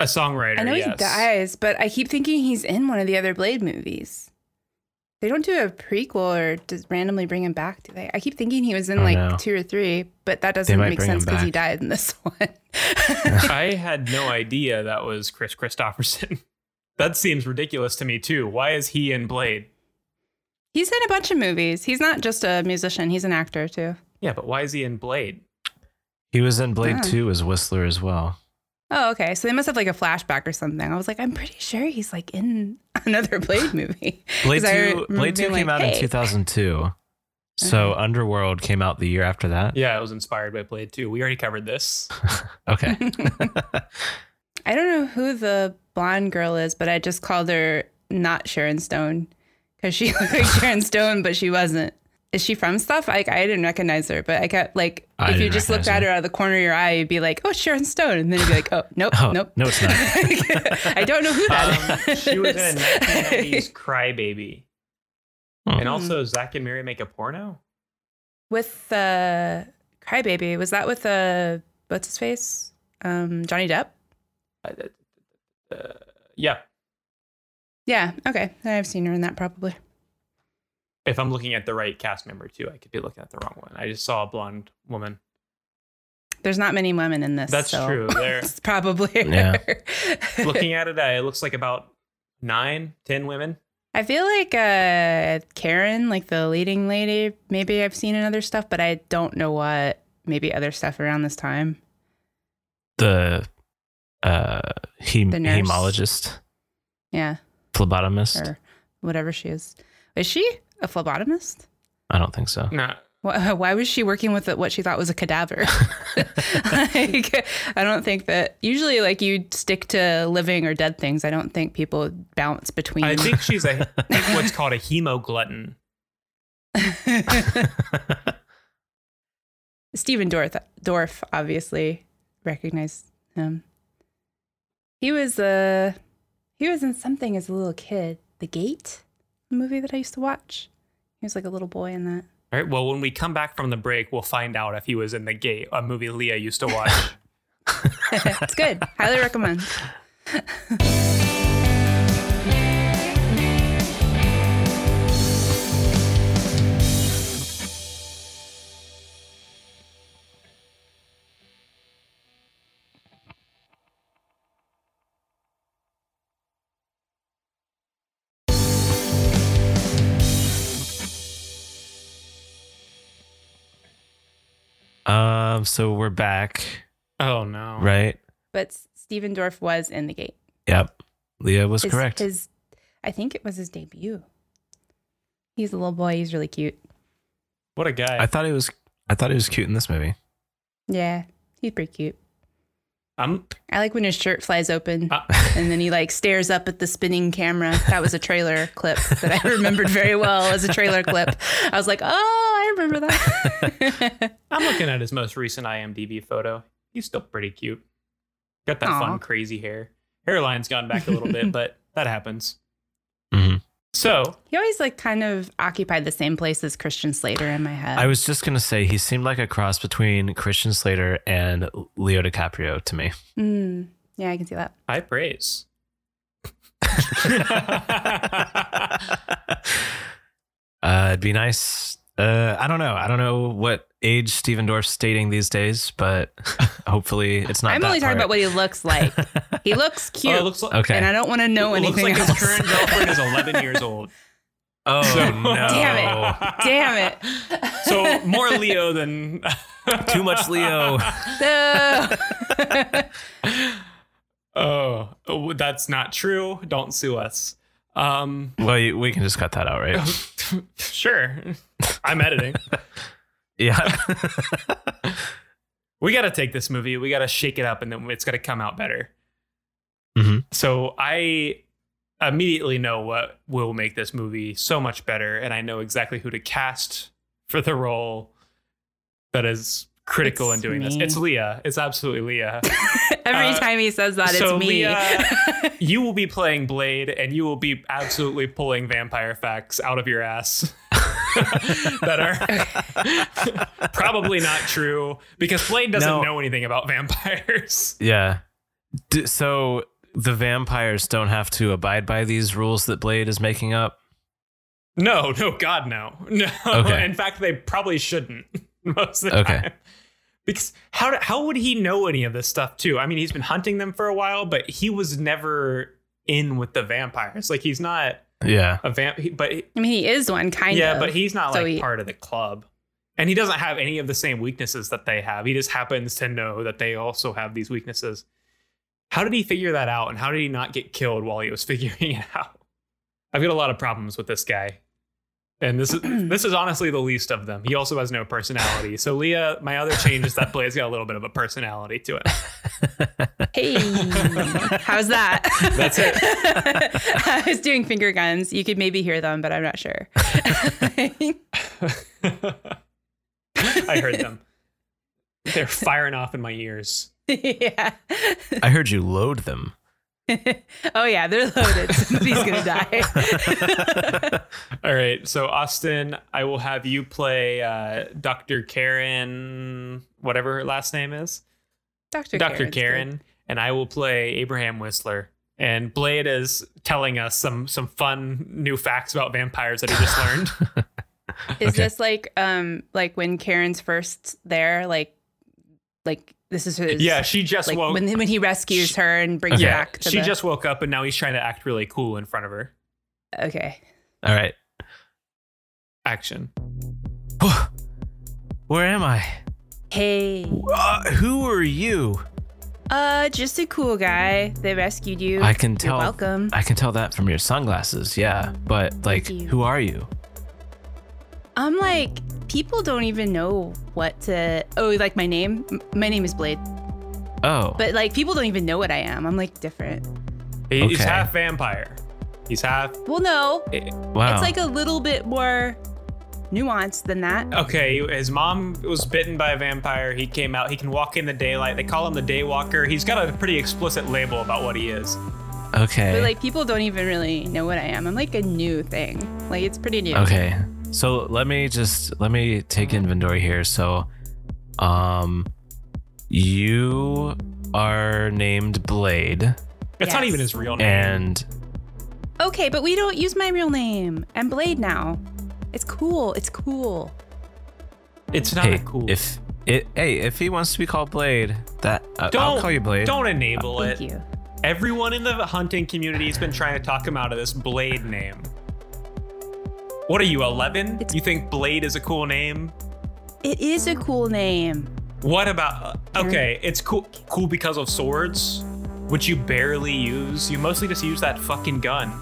[SPEAKER 3] A songwriter.
[SPEAKER 2] I know he
[SPEAKER 3] yes.
[SPEAKER 2] dies, but I keep thinking he's in one of the other Blade movies. They don't do a prequel or just randomly bring him back, do they? I keep thinking he was in
[SPEAKER 4] Oh,
[SPEAKER 2] like
[SPEAKER 4] no.
[SPEAKER 2] two or three, but that doesn't
[SPEAKER 4] might
[SPEAKER 2] make
[SPEAKER 4] bring
[SPEAKER 2] sense
[SPEAKER 4] him
[SPEAKER 2] because he died in this one.
[SPEAKER 3] I had no idea that was Chris Christopherson. that seems ridiculous to me too. Why is he in Blade?
[SPEAKER 2] he's in a bunch of movies. He's not just a musician, he's an actor too.
[SPEAKER 3] Yeah, but why is he in Blade?
[SPEAKER 4] He was in Blade
[SPEAKER 2] Oh.
[SPEAKER 4] 2 as Whistler as well.
[SPEAKER 2] Oh, okay. So they must have like a flashback or something. I was like, I'm pretty sure he's like in another Blade movie.
[SPEAKER 4] Blade
[SPEAKER 2] 'Cause I
[SPEAKER 4] 2
[SPEAKER 2] remember
[SPEAKER 4] Blade 2
[SPEAKER 2] being
[SPEAKER 4] came
[SPEAKER 2] like, Uh-huh.
[SPEAKER 4] out in
[SPEAKER 2] "Hey."
[SPEAKER 4] 2002. So Underworld came out the year after that.
[SPEAKER 3] Yeah, it was inspired by Blade 2. We already covered this.
[SPEAKER 4] Okay.
[SPEAKER 2] I don't know who the blonde girl is, but I just called her not Sharon Stone because she looked like Sharon Stone, but she wasn't. Is she from stuff? Like I didn't recognize her, but I kept like
[SPEAKER 4] I
[SPEAKER 2] if you
[SPEAKER 4] didn't
[SPEAKER 2] just looked
[SPEAKER 4] recognize
[SPEAKER 2] at her out of the corner of your eye, you'd be like, "Oh, Sharon Stone," and then you'd be like, "Oh, nope,
[SPEAKER 4] Oh,
[SPEAKER 2] nope,
[SPEAKER 4] no, it's not.
[SPEAKER 2] I don't know who
[SPEAKER 3] Um,
[SPEAKER 2] that is.
[SPEAKER 3] she was in a 1990s Crybaby.
[SPEAKER 4] Hmm.
[SPEAKER 3] And also, Zach and Mary make a porno?
[SPEAKER 2] with uh, Crybaby. Was that with uh, what's his face? Um, Johnny Depp.
[SPEAKER 3] Uh, uh, uh, yeah,
[SPEAKER 2] Yeah. Okay. I've seen her in that probably.
[SPEAKER 3] if I'm looking at the right cast member too, I could be looking at the wrong one. I just saw a blonde woman.
[SPEAKER 2] There's not many women in this.
[SPEAKER 3] That's
[SPEAKER 2] so
[SPEAKER 3] true. There,
[SPEAKER 2] It's probably.
[SPEAKER 4] Yeah.
[SPEAKER 2] her.
[SPEAKER 3] looking at it, I, it looks like about nine, ten women.
[SPEAKER 2] I feel like uh, Karen, like the leading lady, maybe I've seen in other stuff, but I don't know what. Maybe other stuff around this time.
[SPEAKER 4] the uh hem-
[SPEAKER 2] The nurse.
[SPEAKER 4] hemologist,
[SPEAKER 2] Yeah.
[SPEAKER 4] phlebotomist.
[SPEAKER 2] Or whatever she is. Is she a phlebotomist?
[SPEAKER 4] I don't think so.
[SPEAKER 3] Nah,
[SPEAKER 2] Why, why was she working with what she thought was a cadaver? like, I don't think that usually, like, you stick to living or dead things. I don't think people bounce between.
[SPEAKER 3] I think she's a what's called a hemoglutton.
[SPEAKER 2] Stephen Dorff, Dorff obviously recognized him. He was uh, he was in something as a little kid. The Gate, a movie that I used to watch. He was like a little boy in that.
[SPEAKER 3] All right. Well, when we come back from the break, we'll find out if he was in the gate, a movie Leah used to watch.
[SPEAKER 2] It's good. Highly recommend.
[SPEAKER 4] Um, so we're back,
[SPEAKER 3] oh no!
[SPEAKER 4] right?
[SPEAKER 2] But S- Stephen Dorff was in The Gate.
[SPEAKER 4] Yep. Leah was
[SPEAKER 2] His-
[SPEAKER 4] correct.
[SPEAKER 2] His, I think it was his debut. He's a little boy. He's really cute.
[SPEAKER 3] What a guy!
[SPEAKER 4] I thought he was I thought he was cute in this movie.
[SPEAKER 2] Yeah, he's pretty cute.
[SPEAKER 3] I'm
[SPEAKER 2] I like when his shirt flies open
[SPEAKER 3] Ah.
[SPEAKER 2] and then he like stares up at the spinning camera. That was a trailer clip that I remembered very well as a trailer clip. I was like, oh, I remember that.
[SPEAKER 3] I'm looking at his most recent IMDb photo. He's still pretty cute. Got that
[SPEAKER 2] Aw.
[SPEAKER 3] fun, crazy hair. Hairline's gone back a little bit, but that happens.
[SPEAKER 4] Mhm.
[SPEAKER 3] So
[SPEAKER 2] he always like kind of occupied the same place as Christian Slater in my head.
[SPEAKER 4] I was just gonna say he seemed like a cross between Christian Slater and Leo DiCaprio to me.
[SPEAKER 2] Mm, yeah, I can see that.
[SPEAKER 3] high praise.
[SPEAKER 4] Uh, it'd be nice. Uh, I don't know. I don't know what age Steven Dorff's dating these days, but hopefully it's not.
[SPEAKER 2] I'm
[SPEAKER 4] that
[SPEAKER 2] only talking about
[SPEAKER 4] part.
[SPEAKER 2] what he looks like. he looks cute,
[SPEAKER 3] Oh, it looks like,
[SPEAKER 4] Okay.
[SPEAKER 2] and I don't want to know
[SPEAKER 3] it looks
[SPEAKER 2] anything
[SPEAKER 3] like
[SPEAKER 2] else.
[SPEAKER 3] his current girlfriend is 11 years old.
[SPEAKER 4] oh
[SPEAKER 3] So-
[SPEAKER 4] no!
[SPEAKER 2] Damn Damn it!
[SPEAKER 3] So more Leo than
[SPEAKER 4] Too much Leo.
[SPEAKER 2] No.
[SPEAKER 3] Oh, oh, that's not true. Don't sue us. Um,
[SPEAKER 4] Well, you, we can just cut that out, right?
[SPEAKER 3] sure. I'm editing.
[SPEAKER 4] Yeah.
[SPEAKER 3] we got to take this movie. We got to shake it up, and then it's got to come out better.
[SPEAKER 4] Mhm.
[SPEAKER 3] So I immediately know what will make this movie so much better, and I know exactly who to cast for the role that is critical
[SPEAKER 2] It's
[SPEAKER 3] in doing this.
[SPEAKER 2] me.
[SPEAKER 3] It's Leah. It's absolutely Leah.
[SPEAKER 2] Every
[SPEAKER 3] Uh,
[SPEAKER 2] time he says that,
[SPEAKER 3] so
[SPEAKER 2] it's me.
[SPEAKER 3] Leah, you will be playing Blade, and you will be absolutely pulling vampire facts out of your ass. that are probably not true because Blade doesn't
[SPEAKER 4] No.
[SPEAKER 3] know anything about vampires.
[SPEAKER 4] yeah. D- so the vampires don't have to abide by these rules that Blade is making up.
[SPEAKER 3] No, no, God, no, no.
[SPEAKER 4] Okay.
[SPEAKER 3] In fact, they probably shouldn't most of the
[SPEAKER 4] Okay.
[SPEAKER 3] time. Because how do- how would he know any of this stuff too? I mean, he's been hunting them for a while, but he was never in with the vampires. Like he's not
[SPEAKER 4] Yeah.
[SPEAKER 3] a vamp, he- but he-
[SPEAKER 2] I mean, he is one kind
[SPEAKER 3] yeah,
[SPEAKER 2] of.
[SPEAKER 3] but he's not
[SPEAKER 2] So
[SPEAKER 3] like
[SPEAKER 2] he-
[SPEAKER 3] part of the club, and he doesn't have any of the same weaknesses that they have. He just happens to know that they also have these weaknesses. How did he figure that out, and how did he not get killed while he was figuring it out? I've got a lot of problems with this guy. And this is this is honestly the least of them. He also has no personality. So Leah, my other change is that Blade's got a little bit of a personality to it.
[SPEAKER 2] Hey, how's that?
[SPEAKER 3] That's it.
[SPEAKER 2] I was doing finger guns. You could maybe hear them, but I'm not sure.
[SPEAKER 3] I heard them. They're firing off in my ears.
[SPEAKER 2] yeah.
[SPEAKER 4] I heard you load them.
[SPEAKER 2] Oh yeah, they're loaded. Somebody's gonna die.
[SPEAKER 3] All right. So Austin, I will have you play uh, Dr. Karen, whatever her last name is.
[SPEAKER 2] Dr.
[SPEAKER 3] Dr.
[SPEAKER 2] Karen's
[SPEAKER 3] Karen, and I will play Abraham Whistler. And Blade is telling us some some fun new facts about vampires that he just learned.
[SPEAKER 2] good. Is this like um like when Karen's first there? Like like this is his
[SPEAKER 3] yeah, she just
[SPEAKER 2] like
[SPEAKER 3] woke.
[SPEAKER 2] when when he rescues her and brings
[SPEAKER 3] yeah,
[SPEAKER 2] her back to
[SPEAKER 3] she
[SPEAKER 2] the,
[SPEAKER 3] just woke up, and now he's trying to act really cool in front of her.
[SPEAKER 2] okay.
[SPEAKER 4] All right.
[SPEAKER 3] Action.
[SPEAKER 4] Where am I?
[SPEAKER 2] Hey.
[SPEAKER 4] Uh, who are you?
[SPEAKER 2] Uh just a cool guy. They rescued you.
[SPEAKER 4] I can tell.
[SPEAKER 2] You're welcome.
[SPEAKER 4] I can tell that from your sunglasses. Yeah, but like,
[SPEAKER 2] you.
[SPEAKER 4] who are you?
[SPEAKER 2] I'm like people don't even know what to Oh, like my name? M- My name is Blade.
[SPEAKER 4] Oh,
[SPEAKER 2] But like people don't even know what I am. I'm like different.
[SPEAKER 3] He- He's
[SPEAKER 4] Okay.
[SPEAKER 3] half vampire. He's half.
[SPEAKER 2] Well, no.
[SPEAKER 4] wow.
[SPEAKER 2] It's like a little bit more nuanced than that.
[SPEAKER 3] Okay, his mom was bitten by a vampire. He came out. He can walk in the daylight. They call him the Daywalker. He's got a pretty explicit label about what he is.
[SPEAKER 4] okay.
[SPEAKER 2] But like people don't even really know what I am. I'm like a new thing. Like it's pretty new.
[SPEAKER 4] Okay. So let me just let me take inventory here. So um you are named Blade
[SPEAKER 3] It's not
[SPEAKER 2] Yes.
[SPEAKER 3] even his real name.
[SPEAKER 4] and
[SPEAKER 2] Okay, but we don't use my real name. I'm Blade now. It's cool. It's cool.
[SPEAKER 3] it's not
[SPEAKER 4] hey,
[SPEAKER 3] cool.
[SPEAKER 4] if it hey, if he wants to be called Blade, that I- I'll
[SPEAKER 3] Don't-
[SPEAKER 4] call you Blade.
[SPEAKER 3] Don't enable
[SPEAKER 2] Oh, Thank
[SPEAKER 3] it.
[SPEAKER 2] you.
[SPEAKER 3] Everyone in the hunting community has been trying to talk him out of this Blade name. What are you, 11?
[SPEAKER 2] It's-
[SPEAKER 3] you think Blade is a cool name?
[SPEAKER 2] It is a cool name.
[SPEAKER 3] What about. uh, Okay, it's cool, cool because of swords, which you barely use. You mostly just use that fucking gun.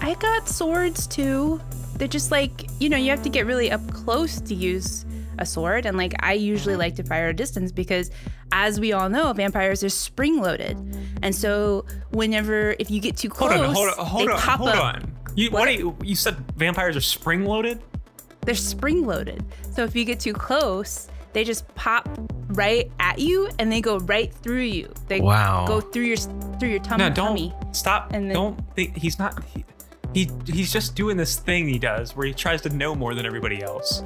[SPEAKER 2] I got swords too. They're just like, you know, you have to get really up close to use a sword. And like, I usually like to fire a distance because, as we all know, vampires are spring loaded. And so, whenever, if you get too close,
[SPEAKER 3] Hold on, hold on, hold
[SPEAKER 2] they
[SPEAKER 3] on,
[SPEAKER 2] pop
[SPEAKER 3] hold
[SPEAKER 2] up.
[SPEAKER 3] on. You, what?
[SPEAKER 2] What?
[SPEAKER 3] are you, you said vampires are spring loaded?
[SPEAKER 2] They're spring loaded. So, if you get too close, they just pop right at you and they go right through you. They
[SPEAKER 4] Wow.
[SPEAKER 2] go through your through your tum-
[SPEAKER 3] No, don't
[SPEAKER 2] tummy.
[SPEAKER 3] stop.
[SPEAKER 2] And then-
[SPEAKER 3] don't think he's not. He, he, he's just doing this thing he does where he tries to know more than everybody else.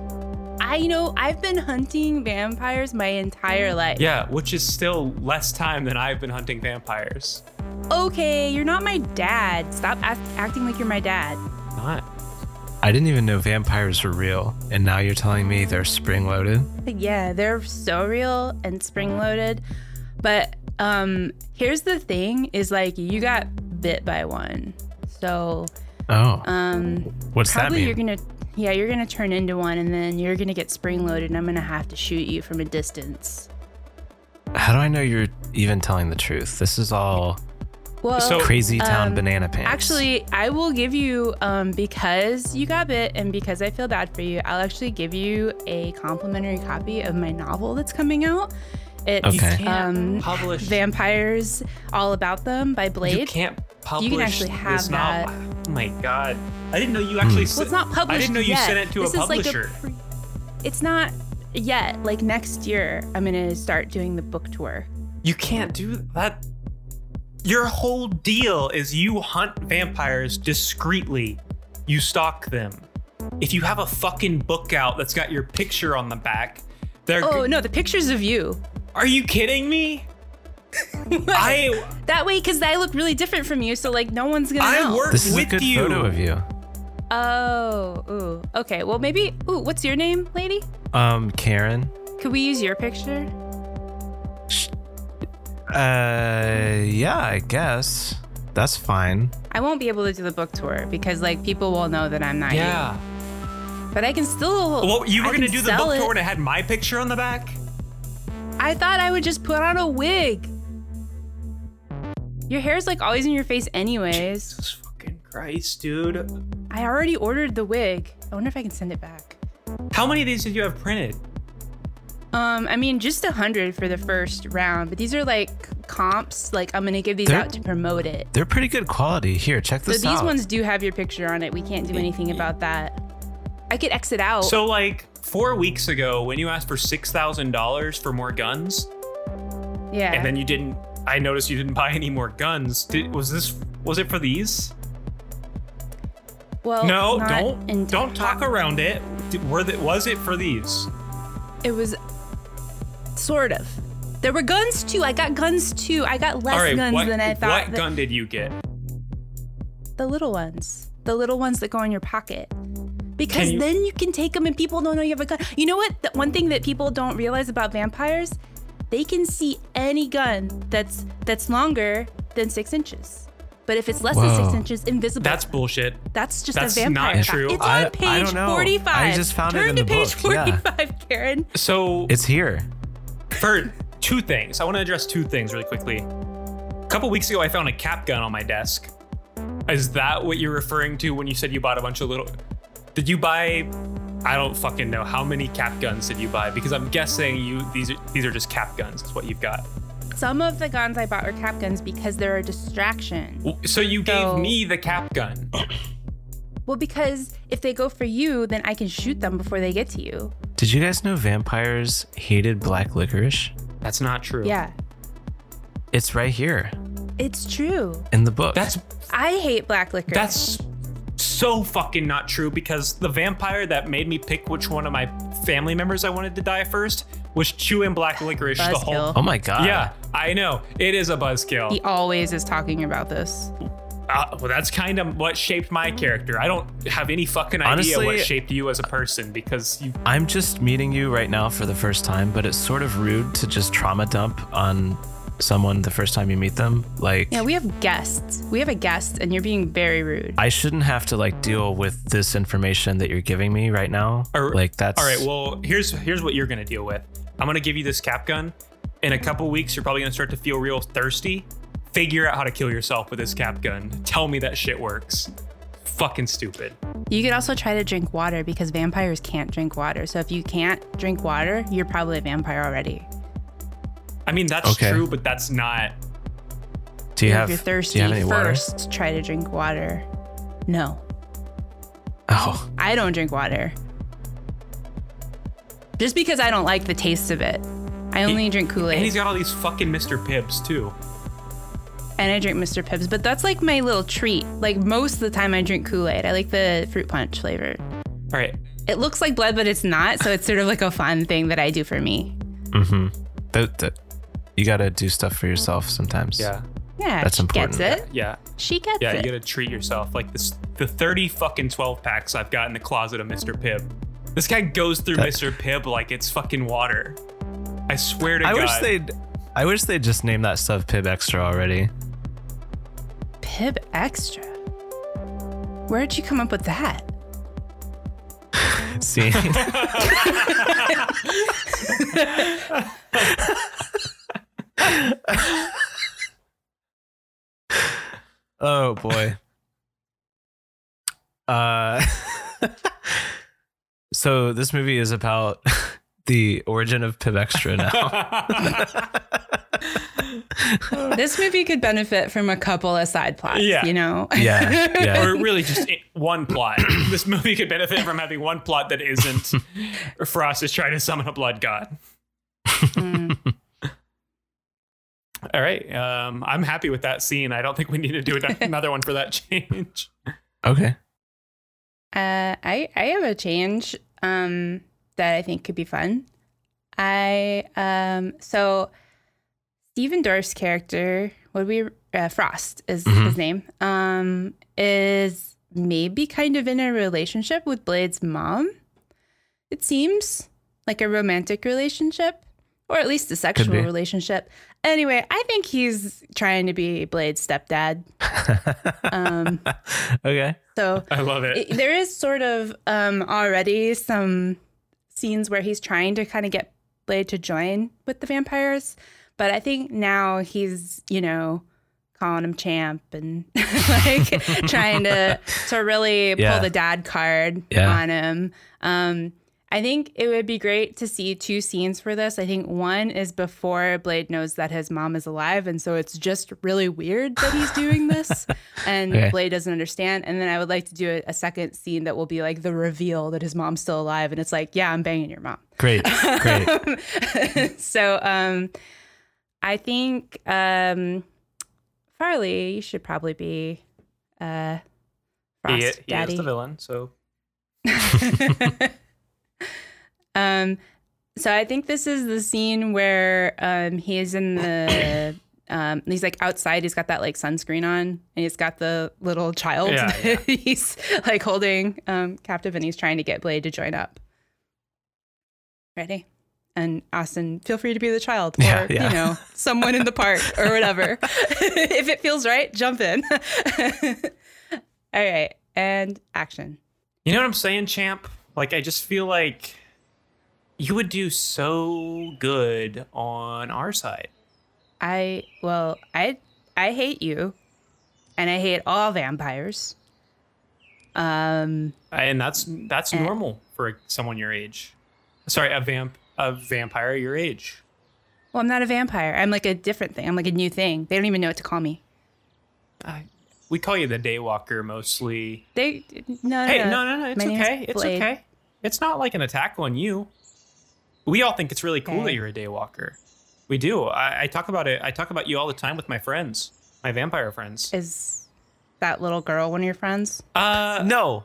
[SPEAKER 2] I know I've been hunting vampires my entire life.
[SPEAKER 3] Yeah, which is still less time than I've been hunting vampires.
[SPEAKER 2] Okay, you're not my dad. Stop act- acting like you're my dad.
[SPEAKER 3] Not.
[SPEAKER 4] I didn't even know vampires were real, and now you're telling me they're spring loaded.
[SPEAKER 2] But yeah, they're so real and spring loaded. But um here's the thing is like you got bit by one. So
[SPEAKER 4] Oh.
[SPEAKER 2] um
[SPEAKER 4] what's that
[SPEAKER 2] probably
[SPEAKER 4] mean?
[SPEAKER 2] you're gonna yeah, you're gonna turn into one and then you're gonna get spring loaded and I'm gonna have to shoot you from a distance.
[SPEAKER 4] How do I know you're even telling the truth? This is all
[SPEAKER 2] Well
[SPEAKER 3] So-
[SPEAKER 4] crazy town
[SPEAKER 2] um,
[SPEAKER 4] banana pants.
[SPEAKER 2] Actually, I will give you um, because you got bit and because I feel bad for you. I'll actually give you a complimentary copy of my novel that's coming out. It's
[SPEAKER 4] Okay. You
[SPEAKER 2] um,
[SPEAKER 3] Publish.
[SPEAKER 2] Vampires All About Them by Blade.
[SPEAKER 3] You can't publish.
[SPEAKER 2] actually have
[SPEAKER 3] this novel. Oh my god! I didn't know you actually.
[SPEAKER 2] well,
[SPEAKER 3] sent-
[SPEAKER 2] it's not published.
[SPEAKER 3] I didn't know you
[SPEAKER 2] yet.
[SPEAKER 3] sent it to
[SPEAKER 2] This
[SPEAKER 3] a
[SPEAKER 2] is like
[SPEAKER 3] publisher.
[SPEAKER 2] pre- it's not yet. Like next year, I'm gonna start doing the book tour.
[SPEAKER 3] you can't do that. Your whole deal is you hunt vampires discreetly. You stalk them. If you have a fucking book out that's got your picture on the back, they're.
[SPEAKER 2] Oh no, the pictures of you.
[SPEAKER 3] Are you kidding me? I
[SPEAKER 2] That way, because I look really different from you, so like no one's gonna
[SPEAKER 3] I
[SPEAKER 2] know.
[SPEAKER 3] work
[SPEAKER 4] this is
[SPEAKER 3] with
[SPEAKER 4] a good
[SPEAKER 3] you.
[SPEAKER 4] photo of you.
[SPEAKER 2] Oh, ooh. Okay, well, maybe. Ooh, what's your name, lady?
[SPEAKER 4] Um, Karen.
[SPEAKER 2] Could we use your picture?
[SPEAKER 4] Uh, yeah, I guess that's fine.
[SPEAKER 2] I won't be able to do the book tour because, like, people will know that I'm not
[SPEAKER 3] Yeah.
[SPEAKER 2] you. But I can still.
[SPEAKER 3] Well, you were
[SPEAKER 2] I
[SPEAKER 3] gonna
[SPEAKER 2] can
[SPEAKER 3] do the
[SPEAKER 2] sell
[SPEAKER 3] book
[SPEAKER 2] it.
[SPEAKER 3] tour and it had my picture on the back.
[SPEAKER 2] I thought I would just put on a wig. Your hair's like always in your face, anyways.
[SPEAKER 3] Jesus fucking Christ, dude!
[SPEAKER 2] I already ordered the wig. I wonder if I can send it back.
[SPEAKER 3] How many of these did you have printed?
[SPEAKER 2] Um, I mean, just a hundred for the first round, but these are like comps. Like I'm gonna give these
[SPEAKER 4] They're-
[SPEAKER 2] out to promote it.
[SPEAKER 4] They're pretty good quality. Here, check
[SPEAKER 2] So
[SPEAKER 4] this
[SPEAKER 2] these
[SPEAKER 4] out.
[SPEAKER 2] ones do have your picture on it. We can't do anything about that. I could exit out.
[SPEAKER 3] So, like four weeks ago, when you asked for six thousand dollars for more guns,
[SPEAKER 2] yeah.
[SPEAKER 3] and then you didn't, I noticed you didn't buy any more guns. Did, was this? Was it for these?
[SPEAKER 2] well,
[SPEAKER 3] no,
[SPEAKER 2] Oh, not in-
[SPEAKER 3] don't don't talk around it. Did, were the, was it for these?
[SPEAKER 2] It was sort of. There were guns too. I got guns too. I got less
[SPEAKER 3] All right,
[SPEAKER 2] guns
[SPEAKER 3] what,
[SPEAKER 2] than I thought.
[SPEAKER 3] What
[SPEAKER 2] that-
[SPEAKER 3] gun did you get?
[SPEAKER 2] The little ones. The little ones that go in your pocket. Because
[SPEAKER 3] Can you-
[SPEAKER 2] then you can take them and people don't know you have a gun. You know what? The one thing that people don't realize about vampires, they can see any gun that's that's longer than six inches. But if it's less than six
[SPEAKER 4] Whoa.
[SPEAKER 2] inches, invisible.
[SPEAKER 3] That's bullshit.
[SPEAKER 2] That's just
[SPEAKER 3] That's
[SPEAKER 2] a vampire.
[SPEAKER 3] not
[SPEAKER 2] fact.
[SPEAKER 3] true.
[SPEAKER 2] It's
[SPEAKER 4] I-
[SPEAKER 2] on page
[SPEAKER 4] I don't know. I
[SPEAKER 2] 45.
[SPEAKER 4] just found it
[SPEAKER 2] Turn
[SPEAKER 4] in
[SPEAKER 2] to
[SPEAKER 4] the
[SPEAKER 2] page
[SPEAKER 4] book, yeah.
[SPEAKER 2] 45, Karen.
[SPEAKER 3] So
[SPEAKER 4] it's here.
[SPEAKER 3] for two things. I want to address two things really quickly. A couple weeks ago, I found a cap gun on my desk. Is that what you're referring to when you said you bought a bunch of little? Did you buy? I don't fucking know how many cap guns did you buy because I'm guessing you these are these are just cap guns is what you've got.
[SPEAKER 2] Some of the guns I bought were cap guns because they're a distraction.
[SPEAKER 3] W- So you gave
[SPEAKER 2] So-
[SPEAKER 3] me the cap gun.
[SPEAKER 2] Well, because if they go for you, then I can shoot them before they get to you.
[SPEAKER 4] Did you guys know vampires hated black licorice?
[SPEAKER 3] That's not true.
[SPEAKER 2] Yeah,
[SPEAKER 4] It's right here
[SPEAKER 2] it's true.
[SPEAKER 4] in the book.
[SPEAKER 3] That's
[SPEAKER 2] I hate black liquor.
[SPEAKER 3] that's so fucking not true because the vampire that made me pick which one of my family members I wanted to die first was chewing black licorice the whole
[SPEAKER 2] Buzzkill.
[SPEAKER 4] oh my god.
[SPEAKER 3] Yeah, I know. It is a buzzkill.
[SPEAKER 2] He always is talking about this.
[SPEAKER 3] Uh, well, that's kind of what shaped my character. I don't have any fucking idea what
[SPEAKER 4] Honestly-
[SPEAKER 3] shaped you as a person because you.
[SPEAKER 4] I'm just meeting you right now for the first time, but it's sort of rude to just trauma dump on someone the first time you meet them. Like
[SPEAKER 2] Yeah, we have guests. We have a guest, and you're being very rude.
[SPEAKER 4] I shouldn't have to like deal with this information that you're giving me right now.
[SPEAKER 3] Or-
[SPEAKER 4] like that's
[SPEAKER 3] All right. Well, here's here's what you're gonna deal with. I'm gonna give you this cap gun. In a couple weeks, you're probably gonna start to feel real thirsty. Figure out how to kill yourself with this cap gun. Tell me that shit works. Fucking stupid.
[SPEAKER 2] You could also try to drink water because vampires can't drink water. So if you can't drink water, you're probably a vampire already.
[SPEAKER 3] I mean, that's
[SPEAKER 4] Okay.
[SPEAKER 3] true, but that's not.
[SPEAKER 4] do you
[SPEAKER 2] if
[SPEAKER 4] have
[SPEAKER 2] you're
[SPEAKER 4] do
[SPEAKER 2] thirsty,
[SPEAKER 4] you have any
[SPEAKER 2] first try to drink water. No,
[SPEAKER 4] water? Oh,
[SPEAKER 2] I don't drink water. Just because I don't like the taste of it. I only drink Kool
[SPEAKER 3] And he's
[SPEAKER 2] Aid
[SPEAKER 3] got all these fucking Mr. Pips too.
[SPEAKER 2] and I drink Mr. Pibbs, but that's like my little treat. Like most of the time, I drink Kool Aid. I like the fruit punch flavor.
[SPEAKER 3] All right.
[SPEAKER 2] It looks like blood, but it's not. So it's sort of like a fun thing that I do for me.
[SPEAKER 4] mm-hmm. that, that you gotta do stuff for yourself sometimes.
[SPEAKER 3] Yeah.
[SPEAKER 2] Yeah,
[SPEAKER 4] That's
[SPEAKER 2] she
[SPEAKER 4] important.
[SPEAKER 2] gets it.
[SPEAKER 3] Yeah.
[SPEAKER 2] She gets
[SPEAKER 3] Yeah,
[SPEAKER 2] it.
[SPEAKER 3] you gotta treat yourself. Like this, the thirty fucking twelve packs I've got in the closet of Mr. Pibb. This guy goes through
[SPEAKER 4] That-
[SPEAKER 3] Mr. Pibb like it's fucking water. I swear to
[SPEAKER 4] I
[SPEAKER 3] God.
[SPEAKER 4] wish they'd I wish they'd just name that stuff Pib Extra already.
[SPEAKER 2] Pib extra. Where'd you come up with that?
[SPEAKER 4] See? oh boy. Uh So this movie is about the origin of Pib Extra now.
[SPEAKER 2] This movie could benefit from a couple of side plots,
[SPEAKER 3] Yeah.
[SPEAKER 2] you know?
[SPEAKER 4] yeah. Yeah.
[SPEAKER 3] or really just i- one plot. this movie could benefit from having one plot that isn't Frost is trying to summon a blood god.
[SPEAKER 2] Hmm.
[SPEAKER 3] All right. Um, I'm happy with that scene. I don't think we need to do an- another one for that change.
[SPEAKER 4] Okay.
[SPEAKER 2] Uh, I I have a change um, that I think could be fun. I um, so Stephen Dorff's character, what we uh, Frost is his name, um, is maybe kind of in a relationship with Blade's mom. It seems like a romantic relationship, or at least a sexual
[SPEAKER 4] be.
[SPEAKER 2] relationship. Anyway, I think he's trying to be Blade's stepdad. Um,
[SPEAKER 4] Okay.
[SPEAKER 2] so
[SPEAKER 3] I love it.
[SPEAKER 2] it- there is sort of um, already some scenes where he's trying to kind of get Blade to join with the vampires, but I think now he's you know calling him champ and like trying to to really
[SPEAKER 4] Yeah.
[SPEAKER 2] pull the dad card
[SPEAKER 4] Yeah.
[SPEAKER 2] on him. Um, I think it would be great to see two scenes for this. I think one is before Blade knows that his mom is alive, and so it's just really weird that he's doing this, and
[SPEAKER 4] Okay.
[SPEAKER 2] Blade doesn't understand. And then I would like to do a, a second scene that will be like the reveal that his mom's still alive, and it's like, yeah, I'm banging your mom.
[SPEAKER 4] Great, great.
[SPEAKER 2] so um I think um Farley, you should probably be uh Frost
[SPEAKER 3] He, he
[SPEAKER 2] Daddy.
[SPEAKER 3] is the villain, so
[SPEAKER 2] um so I think this is the scene where um he is in the um he's like outside, he's got that like sunscreen on and he's got the little child
[SPEAKER 3] Yeah, yeah.
[SPEAKER 2] he's like holding um captive and he's trying to get Blade to join up. Ready? And Austin, feel free to be the child or,
[SPEAKER 4] Yeah, yeah.
[SPEAKER 2] you know, someone in the park or whatever. if it feels right, jump in. All right. And action.
[SPEAKER 3] you know what I'm saying, champ. Like I just feel like you would do so good on our side.
[SPEAKER 2] I well, I I hate you, and I hate all vampires. Um,
[SPEAKER 3] and that's that's normal for someone your age. Sorry, a vamp, a vampire your age.
[SPEAKER 2] well, I'm not a vampire. I'm like a different thing. I'm like a new thing. They don't even know what to call me.
[SPEAKER 3] I, we call you the daywalker mostly.
[SPEAKER 2] They no no
[SPEAKER 3] Hey,
[SPEAKER 2] no
[SPEAKER 3] no, no, no, it's
[SPEAKER 2] My name's
[SPEAKER 3] okay. It's
[SPEAKER 2] Uh-huh. Blade.
[SPEAKER 3] okay. It's not like an attack on you. We all think it's really cool that
[SPEAKER 2] Okay.
[SPEAKER 3] you're a daywalker. We do. I, I talk about it. I talk about you all the time with my friends, my vampire friends.
[SPEAKER 2] Is that little girl one of your friends?
[SPEAKER 3] Uh,
[SPEAKER 4] no,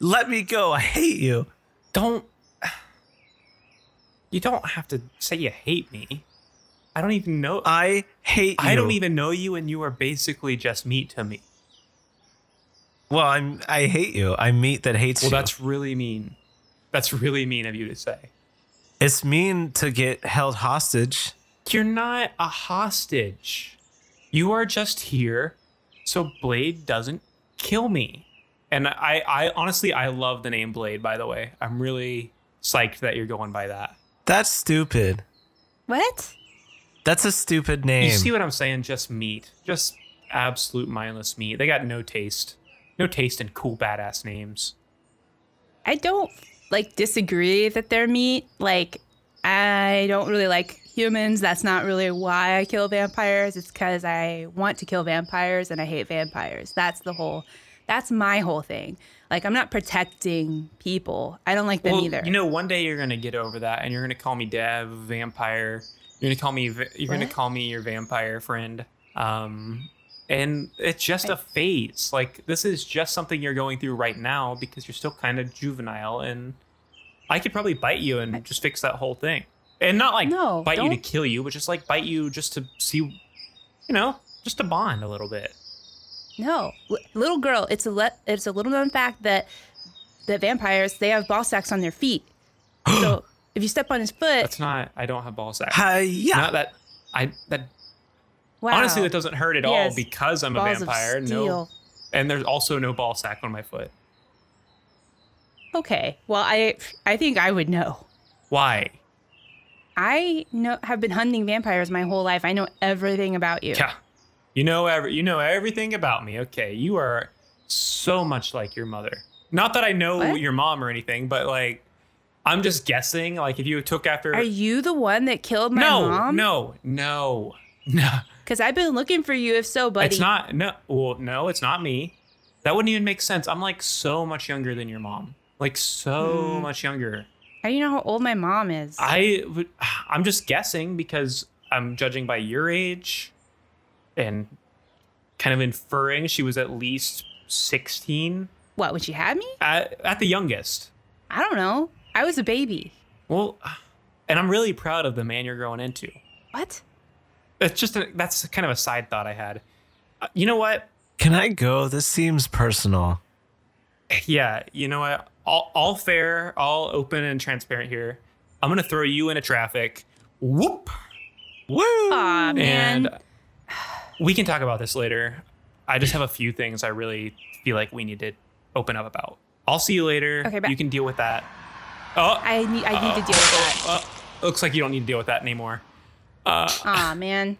[SPEAKER 4] let me go. I hate you.
[SPEAKER 3] don't. You don't have to say you hate me. I don't even know.
[SPEAKER 4] I hate.
[SPEAKER 3] I don't
[SPEAKER 4] you.
[SPEAKER 3] even know you, and you are basically just meat to me.
[SPEAKER 4] Well, I'm. I hate you. I'm meat that hates
[SPEAKER 3] Well,
[SPEAKER 4] you.
[SPEAKER 3] that's really mean. That's really mean of you to say.
[SPEAKER 4] It's mean to get held hostage.
[SPEAKER 3] You're not a hostage. You are just here so Blade doesn't kill me. And I, I honestly, I love the name Blade, by the way. I'm really psyched that you're going by that.
[SPEAKER 4] That's stupid.
[SPEAKER 2] What?
[SPEAKER 4] That's a stupid name.
[SPEAKER 3] You see what I'm saying? Just meat. Just absolute mindless meat. They got no taste. No taste in cool, badass names.
[SPEAKER 2] I don't like disagree that they're meat. Like, I don't really like humans. That's not really why I kill vampires. It's because I want to kill vampires and I hate vampires. That's the whole. That's my whole thing. Like, I'm not protecting people. I don't like them
[SPEAKER 3] well,
[SPEAKER 2] either.
[SPEAKER 3] You know, one day you're gonna get over that, and you're gonna call me Dev Vampire. You're gonna call me. va- You're gonna
[SPEAKER 2] What?
[SPEAKER 3] call me your vampire friend. Um, and it's just a phase. Like this is just something you're going through right now because you're still kind of juvenile, and I could probably bite you and just fix that whole thing, and not like
[SPEAKER 2] No,
[SPEAKER 3] bite you to
[SPEAKER 2] don't-
[SPEAKER 3] kill you, but just like bite you just to see, you know, just to bond a little bit.
[SPEAKER 2] No, L- little girl. It's a le- it's a little known fact that that vampires they have ball sacks on their feet. so if you step on his foot,
[SPEAKER 3] That's not. I don't have ball sack.
[SPEAKER 4] Hi-ya.
[SPEAKER 3] Not that. I that
[SPEAKER 2] wow.
[SPEAKER 3] honestly that doesn't hurt at all
[SPEAKER 2] Yes.
[SPEAKER 3] because I'm
[SPEAKER 2] balls
[SPEAKER 3] a vampire.
[SPEAKER 2] Of
[SPEAKER 3] No.
[SPEAKER 2] steel.
[SPEAKER 3] and there's also no ball sack on my foot.
[SPEAKER 2] Okay. Well, I I think I would know.
[SPEAKER 3] Why?
[SPEAKER 2] I know have been hunting vampires my whole life. I know everything about you.
[SPEAKER 3] Yeah. You know every you know everything about me. Okay, you are so much like your mother. Not that I know
[SPEAKER 2] What?
[SPEAKER 3] your mom or anything, but like I'm just guessing. Like if you took after
[SPEAKER 2] Are you the one that killed my
[SPEAKER 3] no,
[SPEAKER 2] mom?
[SPEAKER 3] no, no, no,
[SPEAKER 2] Because I've been looking for you. If so, buddy.
[SPEAKER 3] It's not no. Well, no, it's not me. That wouldn't even make sense. I'm like so much younger than your mom. Like
[SPEAKER 2] Hmm.
[SPEAKER 3] so much younger.
[SPEAKER 2] How do you know how old my mom is?
[SPEAKER 3] I would. I'm just guessing because I'm judging by your age, and kind of inferring she was at least 16
[SPEAKER 2] what? When she had me?
[SPEAKER 3] at, at the youngest.
[SPEAKER 2] I don't know. I was a baby.
[SPEAKER 3] Well, and I'm really proud of the man you're growing into.
[SPEAKER 2] What?
[SPEAKER 3] That's just a, that's kind of a side thought I had. Uh, You know what?
[SPEAKER 4] Can I go? This seems personal.
[SPEAKER 3] Yeah, you know what? All, all fair, all open and transparent here. I'm gonna throw you into traffic. Whoop.
[SPEAKER 4] Woo!
[SPEAKER 2] Aw, man.
[SPEAKER 3] And we can talk about this later. I just have a few things I really feel like we need to open up about. I'll see you later.
[SPEAKER 2] Okay, but-
[SPEAKER 3] you can deal with that. Oh,
[SPEAKER 2] I need. I need to deal with that.
[SPEAKER 3] uh, looks like you don't need to deal with that anymore.
[SPEAKER 2] Aw, man.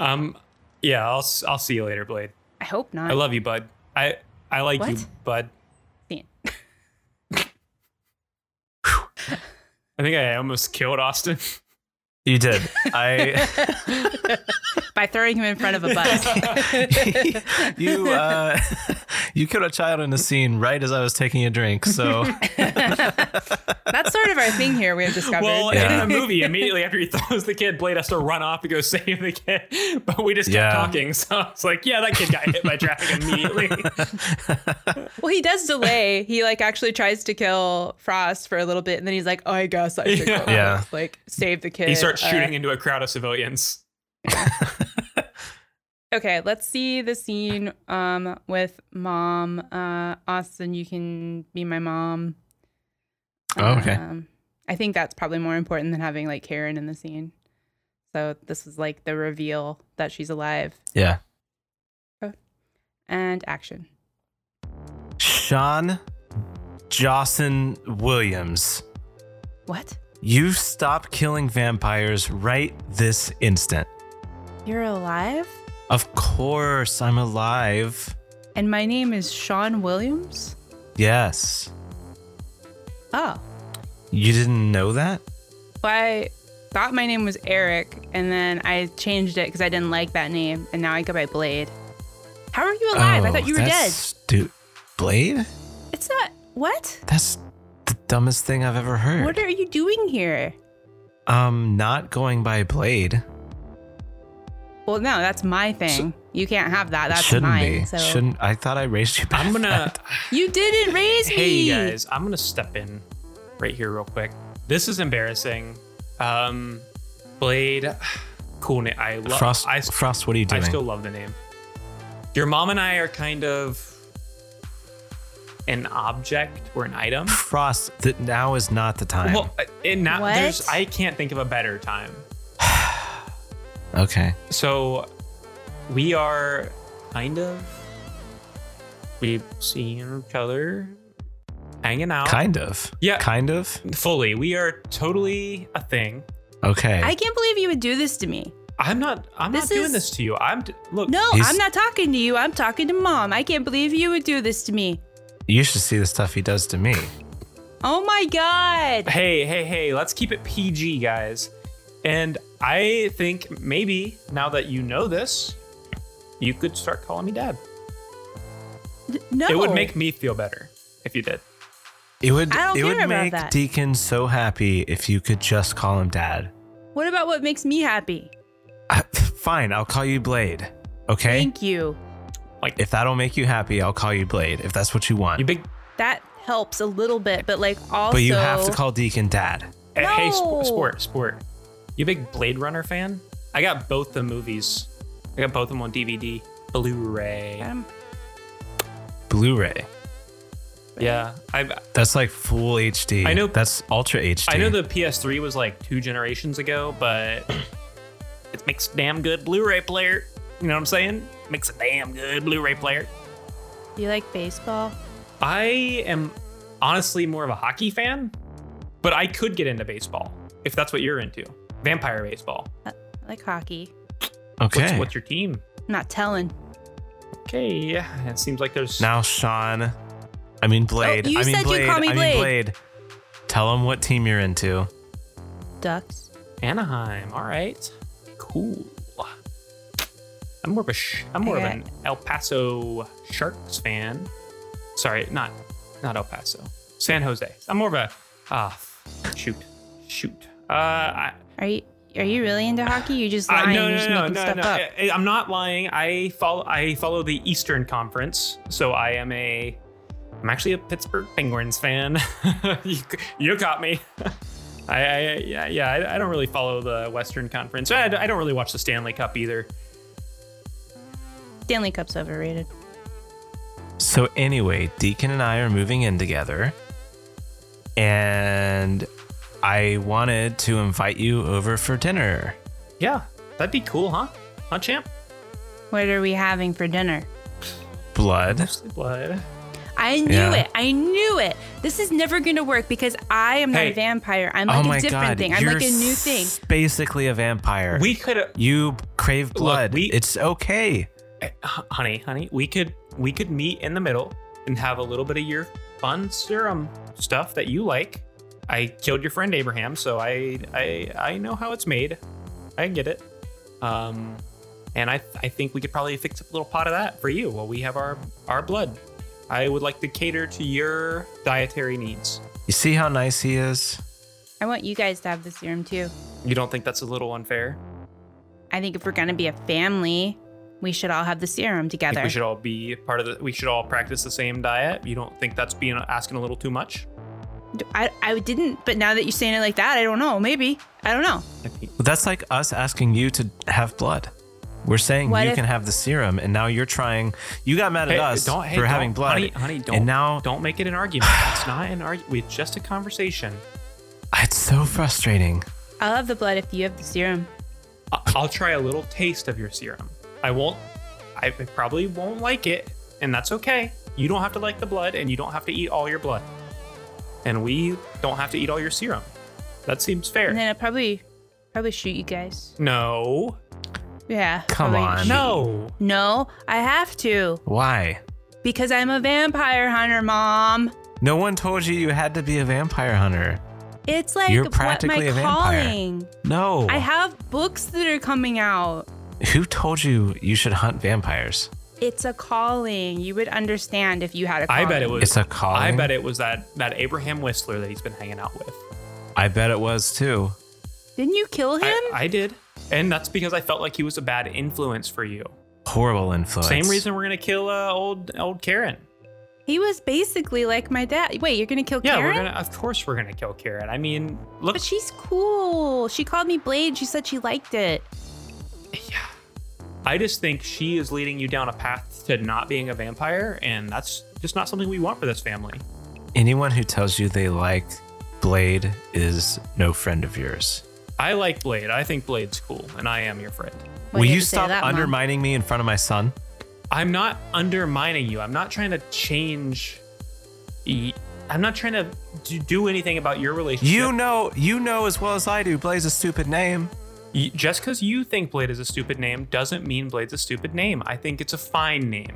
[SPEAKER 3] Um, yeah, I'll s- I'll see you later, Blade.
[SPEAKER 2] I hope not.
[SPEAKER 3] I love you, bud. I I like you,
[SPEAKER 2] What?
[SPEAKER 3] bud.
[SPEAKER 2] Scene.
[SPEAKER 3] I think I almost killed Austin.
[SPEAKER 4] You did. I
[SPEAKER 2] By throwing him in front of a bus.
[SPEAKER 4] you uh, you killed a child in a scene right as I was taking a drink. So
[SPEAKER 2] That's sort of our thing here. We have discovered.
[SPEAKER 3] Well,
[SPEAKER 4] Yeah.
[SPEAKER 3] in the movie, immediately after he throws the kid, Blade has to run off to go save the kid. But we just kept
[SPEAKER 4] Yeah.
[SPEAKER 3] talking, so I was like, "Yeah, that kid got hit by traffic immediately."
[SPEAKER 2] Well, he does delay. He like actually tries to kill Frost for a little bit, and then he's like, "Oh, "I guess I should
[SPEAKER 3] Yeah.
[SPEAKER 2] go
[SPEAKER 4] Yeah.
[SPEAKER 2] like save the kid."
[SPEAKER 3] he starts
[SPEAKER 2] Uh,
[SPEAKER 3] shooting into a crowd of civilians.
[SPEAKER 2] Okay, let's see the scene um with mom. Uh, Austin, you can be my mom.
[SPEAKER 4] Oh, okay.
[SPEAKER 2] Um, I think that's probably more important than having like Karen in the scene. So this is like the reveal that she's alive
[SPEAKER 4] yeah,
[SPEAKER 2] and action.
[SPEAKER 4] Sean Jocelyn Williams,
[SPEAKER 2] What?
[SPEAKER 4] you stop killing vampires right this instant.
[SPEAKER 2] You're alive?
[SPEAKER 4] Of course, I'm alive.
[SPEAKER 2] And my name is Sean Williams?
[SPEAKER 4] Yes,
[SPEAKER 2] Oh.
[SPEAKER 4] you didn't know that.
[SPEAKER 2] Well, I thought my name was Eric, and then I changed it because I didn't like that name, and now I go by Blade. How are you alive?
[SPEAKER 4] Oh,
[SPEAKER 2] I thought you were dead.
[SPEAKER 4] Dude, Blade?
[SPEAKER 2] It's not. What?
[SPEAKER 4] That's the dumbest thing I've ever heard.
[SPEAKER 2] What are you doing here?
[SPEAKER 4] um, not going by Blade.
[SPEAKER 2] Well, no, that's my thing. you can't have that. That's
[SPEAKER 4] Shouldn't
[SPEAKER 2] mine.
[SPEAKER 4] be.
[SPEAKER 2] So
[SPEAKER 4] Shouldn't I thought I raised you?
[SPEAKER 3] I'm gonna.
[SPEAKER 2] you didn't raise me.
[SPEAKER 3] hey you guys, I'm gonna step in right here real quick. This is embarrassing. Um, Blade, cool name. I love.
[SPEAKER 4] Frost.
[SPEAKER 3] I,
[SPEAKER 4] Frost. What are you
[SPEAKER 3] I
[SPEAKER 4] doing?
[SPEAKER 3] still love the name. Your mom and I are kind of an object. We're an item.
[SPEAKER 4] Frost. That now is not the time.
[SPEAKER 3] Well, uh, and not
[SPEAKER 2] What?
[SPEAKER 3] there's. I can't think of a better time.
[SPEAKER 4] okay.
[SPEAKER 3] So, we are kind of we've seen each other, hanging out.
[SPEAKER 4] Kind of.
[SPEAKER 3] Yeah.
[SPEAKER 4] Kind of.
[SPEAKER 3] Fully, we are totally a thing.
[SPEAKER 4] Okay.
[SPEAKER 2] I can't believe you would do this to me.
[SPEAKER 3] I'm not. I'm
[SPEAKER 2] This
[SPEAKER 3] not doing
[SPEAKER 2] is-
[SPEAKER 3] this to you. I'm d- look.
[SPEAKER 2] No,
[SPEAKER 4] He's-
[SPEAKER 2] I'm not talking to you. I'm talking to mom. I can't believe you would do this to me.
[SPEAKER 4] you should see the stuff he does to me.
[SPEAKER 2] Oh my god.
[SPEAKER 3] Hey, hey, hey. Let's keep it PG, guys. And I think maybe now that you know this, you could start calling me dad.
[SPEAKER 2] No.
[SPEAKER 3] It would make me feel better if you did.
[SPEAKER 4] It would.
[SPEAKER 2] I don't
[SPEAKER 4] it
[SPEAKER 2] care
[SPEAKER 4] would
[SPEAKER 2] about
[SPEAKER 4] make
[SPEAKER 2] that.
[SPEAKER 4] Deacon so happy if you could just call him Dad.
[SPEAKER 2] What about what makes me happy?
[SPEAKER 4] I- fine. I'll call you Blade. Okay.
[SPEAKER 2] Thank you.
[SPEAKER 3] Like
[SPEAKER 4] if that'll make you happy, I'll call you Blade. If that's what you want.
[SPEAKER 3] you big.
[SPEAKER 2] That helps a little bit, but like also.
[SPEAKER 4] but you have to call Deacon Dad.
[SPEAKER 3] eh, Hey, sp-
[SPEAKER 2] No.
[SPEAKER 3] sport, sport. You a big Blade Runner fan? I got both the movies. I got both of them on DVD, Blu-ray.
[SPEAKER 2] Um,
[SPEAKER 4] Blu-ray.
[SPEAKER 3] Yeah, I
[SPEAKER 4] That's like full HD.
[SPEAKER 3] I know-
[SPEAKER 4] That's ultra HD.
[SPEAKER 3] I know the PS3 was like two generations ago, but it makes a damn good Blu-ray player. You know what I'm saying? Makes a damn good Blu-ray player.
[SPEAKER 2] you like baseball?
[SPEAKER 3] I am honestly more of a hockey fan, but I could get into baseball if that's what you're into. Vampire baseball.
[SPEAKER 2] I Uh, like hockey.
[SPEAKER 4] Okay.
[SPEAKER 3] What's, what's your team?
[SPEAKER 2] I'm not telling.
[SPEAKER 3] Okay, yeah. It seems like there's
[SPEAKER 4] Now, Sean, I mean Blade.
[SPEAKER 2] Oh, you
[SPEAKER 4] I mean
[SPEAKER 2] said
[SPEAKER 4] Blade.
[SPEAKER 2] you'd call me
[SPEAKER 4] I mean
[SPEAKER 2] Blade.
[SPEAKER 4] Blade. Tell him what team you're into.
[SPEAKER 2] Ducks.
[SPEAKER 3] Anaheim. All right, cool. I'm more of a sh- I'm more of
[SPEAKER 2] Okay.
[SPEAKER 3] an El Paso Sharks fan. Sorry, not not El Paso, San Jose. I'm more of a ah shoot shoot. Uh, I,
[SPEAKER 2] Are you are you really into hockey? You just lying.
[SPEAKER 3] I Uh, no
[SPEAKER 2] You're
[SPEAKER 3] no
[SPEAKER 2] just
[SPEAKER 3] no
[SPEAKER 2] making
[SPEAKER 3] no,
[SPEAKER 2] stuff
[SPEAKER 3] no.
[SPEAKER 2] up.
[SPEAKER 3] I, I'm not lying. I follow I follow the Eastern Conference, so I am a I'm actually a Pittsburgh Penguins fan. you, you caught me. I, I yeah yeah I, I don't really follow the Western Conference. I, I don't really watch the Stanley Cup either.
[SPEAKER 2] Stanley Cup's overrated.
[SPEAKER 4] So anyway, Deacon and I are moving in together, and I wanted to invite you over for dinner.
[SPEAKER 3] Yeah, that'd be cool, huh? Huh, champ?
[SPEAKER 2] What are we having for dinner?
[SPEAKER 4] Blood.
[SPEAKER 3] Mostly blood.
[SPEAKER 2] I knew
[SPEAKER 4] Yeah.
[SPEAKER 2] it. I knew it. This is never gonna work because I am not
[SPEAKER 3] Hey.
[SPEAKER 2] a vampire. I'm
[SPEAKER 4] oh
[SPEAKER 2] like
[SPEAKER 4] my
[SPEAKER 2] a different
[SPEAKER 4] god!
[SPEAKER 2] thing. I'm
[SPEAKER 4] you're
[SPEAKER 2] like a new thing.
[SPEAKER 4] s- Basically a vampire.
[SPEAKER 3] We could
[SPEAKER 4] you crave blood.
[SPEAKER 3] we-
[SPEAKER 4] it's okay.
[SPEAKER 3] Eh, h- honey, honey, we could we could meet in the middle and have a little bit of your fun serum stuff that you like. I killed your friend Abraham, so I I I know how it's made. I get it. Um, and I I think we could probably fix up a little pot of that for you while we have our our blood. I would like to cater to your dietary needs.
[SPEAKER 4] You see how nice he is?
[SPEAKER 2] I want you guys to have the serum too.
[SPEAKER 3] You don't think that's a little unfair?
[SPEAKER 2] I think if we're gonna be a family, we should all have the serum
[SPEAKER 3] I think
[SPEAKER 2] together.
[SPEAKER 3] we should all be part of the. We should all practice the same diet. You don't think that's being asking a little too much?
[SPEAKER 2] I, I didn't, but now that you're saying it like that, I don't know. Maybe I don't know.
[SPEAKER 3] I think
[SPEAKER 4] Well, that's like us asking you to have blood. We're saying
[SPEAKER 2] What
[SPEAKER 4] you
[SPEAKER 2] if-
[SPEAKER 4] can have the serum, and now you're trying. You got mad at
[SPEAKER 3] Hey,
[SPEAKER 4] us
[SPEAKER 3] don't- hey,
[SPEAKER 4] for
[SPEAKER 3] don't-
[SPEAKER 4] having blood,
[SPEAKER 3] honey, honey, don't,
[SPEAKER 4] and now
[SPEAKER 3] don't make it an argument. It's not an argument. It's just a conversation.
[SPEAKER 4] it's so frustrating.
[SPEAKER 2] I'll have the blood if you have the serum.
[SPEAKER 3] I- I'll try a little taste of your serum. I won't. I probably won't like it, and that's okay. You don't have to like the blood, and you don't have to eat all your blood, and we don't have to eat all your serum. That seems fair.
[SPEAKER 2] And then I'll probably probably shoot you guys.
[SPEAKER 3] no,
[SPEAKER 2] Yeah.
[SPEAKER 4] Come
[SPEAKER 2] probably
[SPEAKER 4] on.
[SPEAKER 2] shoot you.
[SPEAKER 3] no.
[SPEAKER 2] No, I have to
[SPEAKER 4] Why?
[SPEAKER 2] because I'm a vampire hunter, mom.
[SPEAKER 4] No one told you you had to be a vampire hunter.
[SPEAKER 2] It's like
[SPEAKER 4] You're
[SPEAKER 2] what
[SPEAKER 4] practically a
[SPEAKER 2] my
[SPEAKER 4] vampire.
[SPEAKER 2] calling.
[SPEAKER 4] No.
[SPEAKER 2] I have books that are coming out.
[SPEAKER 4] Who told you you should hunt vampires?
[SPEAKER 2] It's a calling. You would understand if you had a
[SPEAKER 3] I
[SPEAKER 2] calling.
[SPEAKER 3] bet it was.
[SPEAKER 4] It's a calling.
[SPEAKER 3] I bet it was that that Abraham Whistler that he's been hanging out with.
[SPEAKER 4] I bet it was too.
[SPEAKER 2] Didn't you kill him?
[SPEAKER 3] I, I did, and that's because I felt like he was a bad influence for you.
[SPEAKER 4] Horrible influence.
[SPEAKER 3] Same reason we're gonna kill uh, old old Karen.
[SPEAKER 2] he was basically like my dad. Wait, you're gonna kill
[SPEAKER 3] Yeah,
[SPEAKER 2] Karen?
[SPEAKER 3] we're gonna. Of course, we're gonna kill Karen. I mean, look.
[SPEAKER 2] But she's cool. She called me Blade. She said she liked it.
[SPEAKER 3] I just think she is leading you down a path to not being a vampire, and that's just not something we want for this family.
[SPEAKER 4] Anyone who tells you they like Blade is no friend of yours.
[SPEAKER 3] I like Blade. I think Blade's cool, and I am your friend.
[SPEAKER 2] Well,
[SPEAKER 4] Will you,
[SPEAKER 2] you had to say
[SPEAKER 4] stop
[SPEAKER 2] that, Mom.
[SPEAKER 4] undermining me in front of my son?
[SPEAKER 3] I'm not undermining you. I'm not trying to change. y- I'm not trying to d- do anything about your relationship.
[SPEAKER 4] You know, you know as well as I do. Blade's a stupid name.
[SPEAKER 3] Y- just because you think Blade is a stupid name doesn't mean Blade's a stupid name. I think it's a fine name.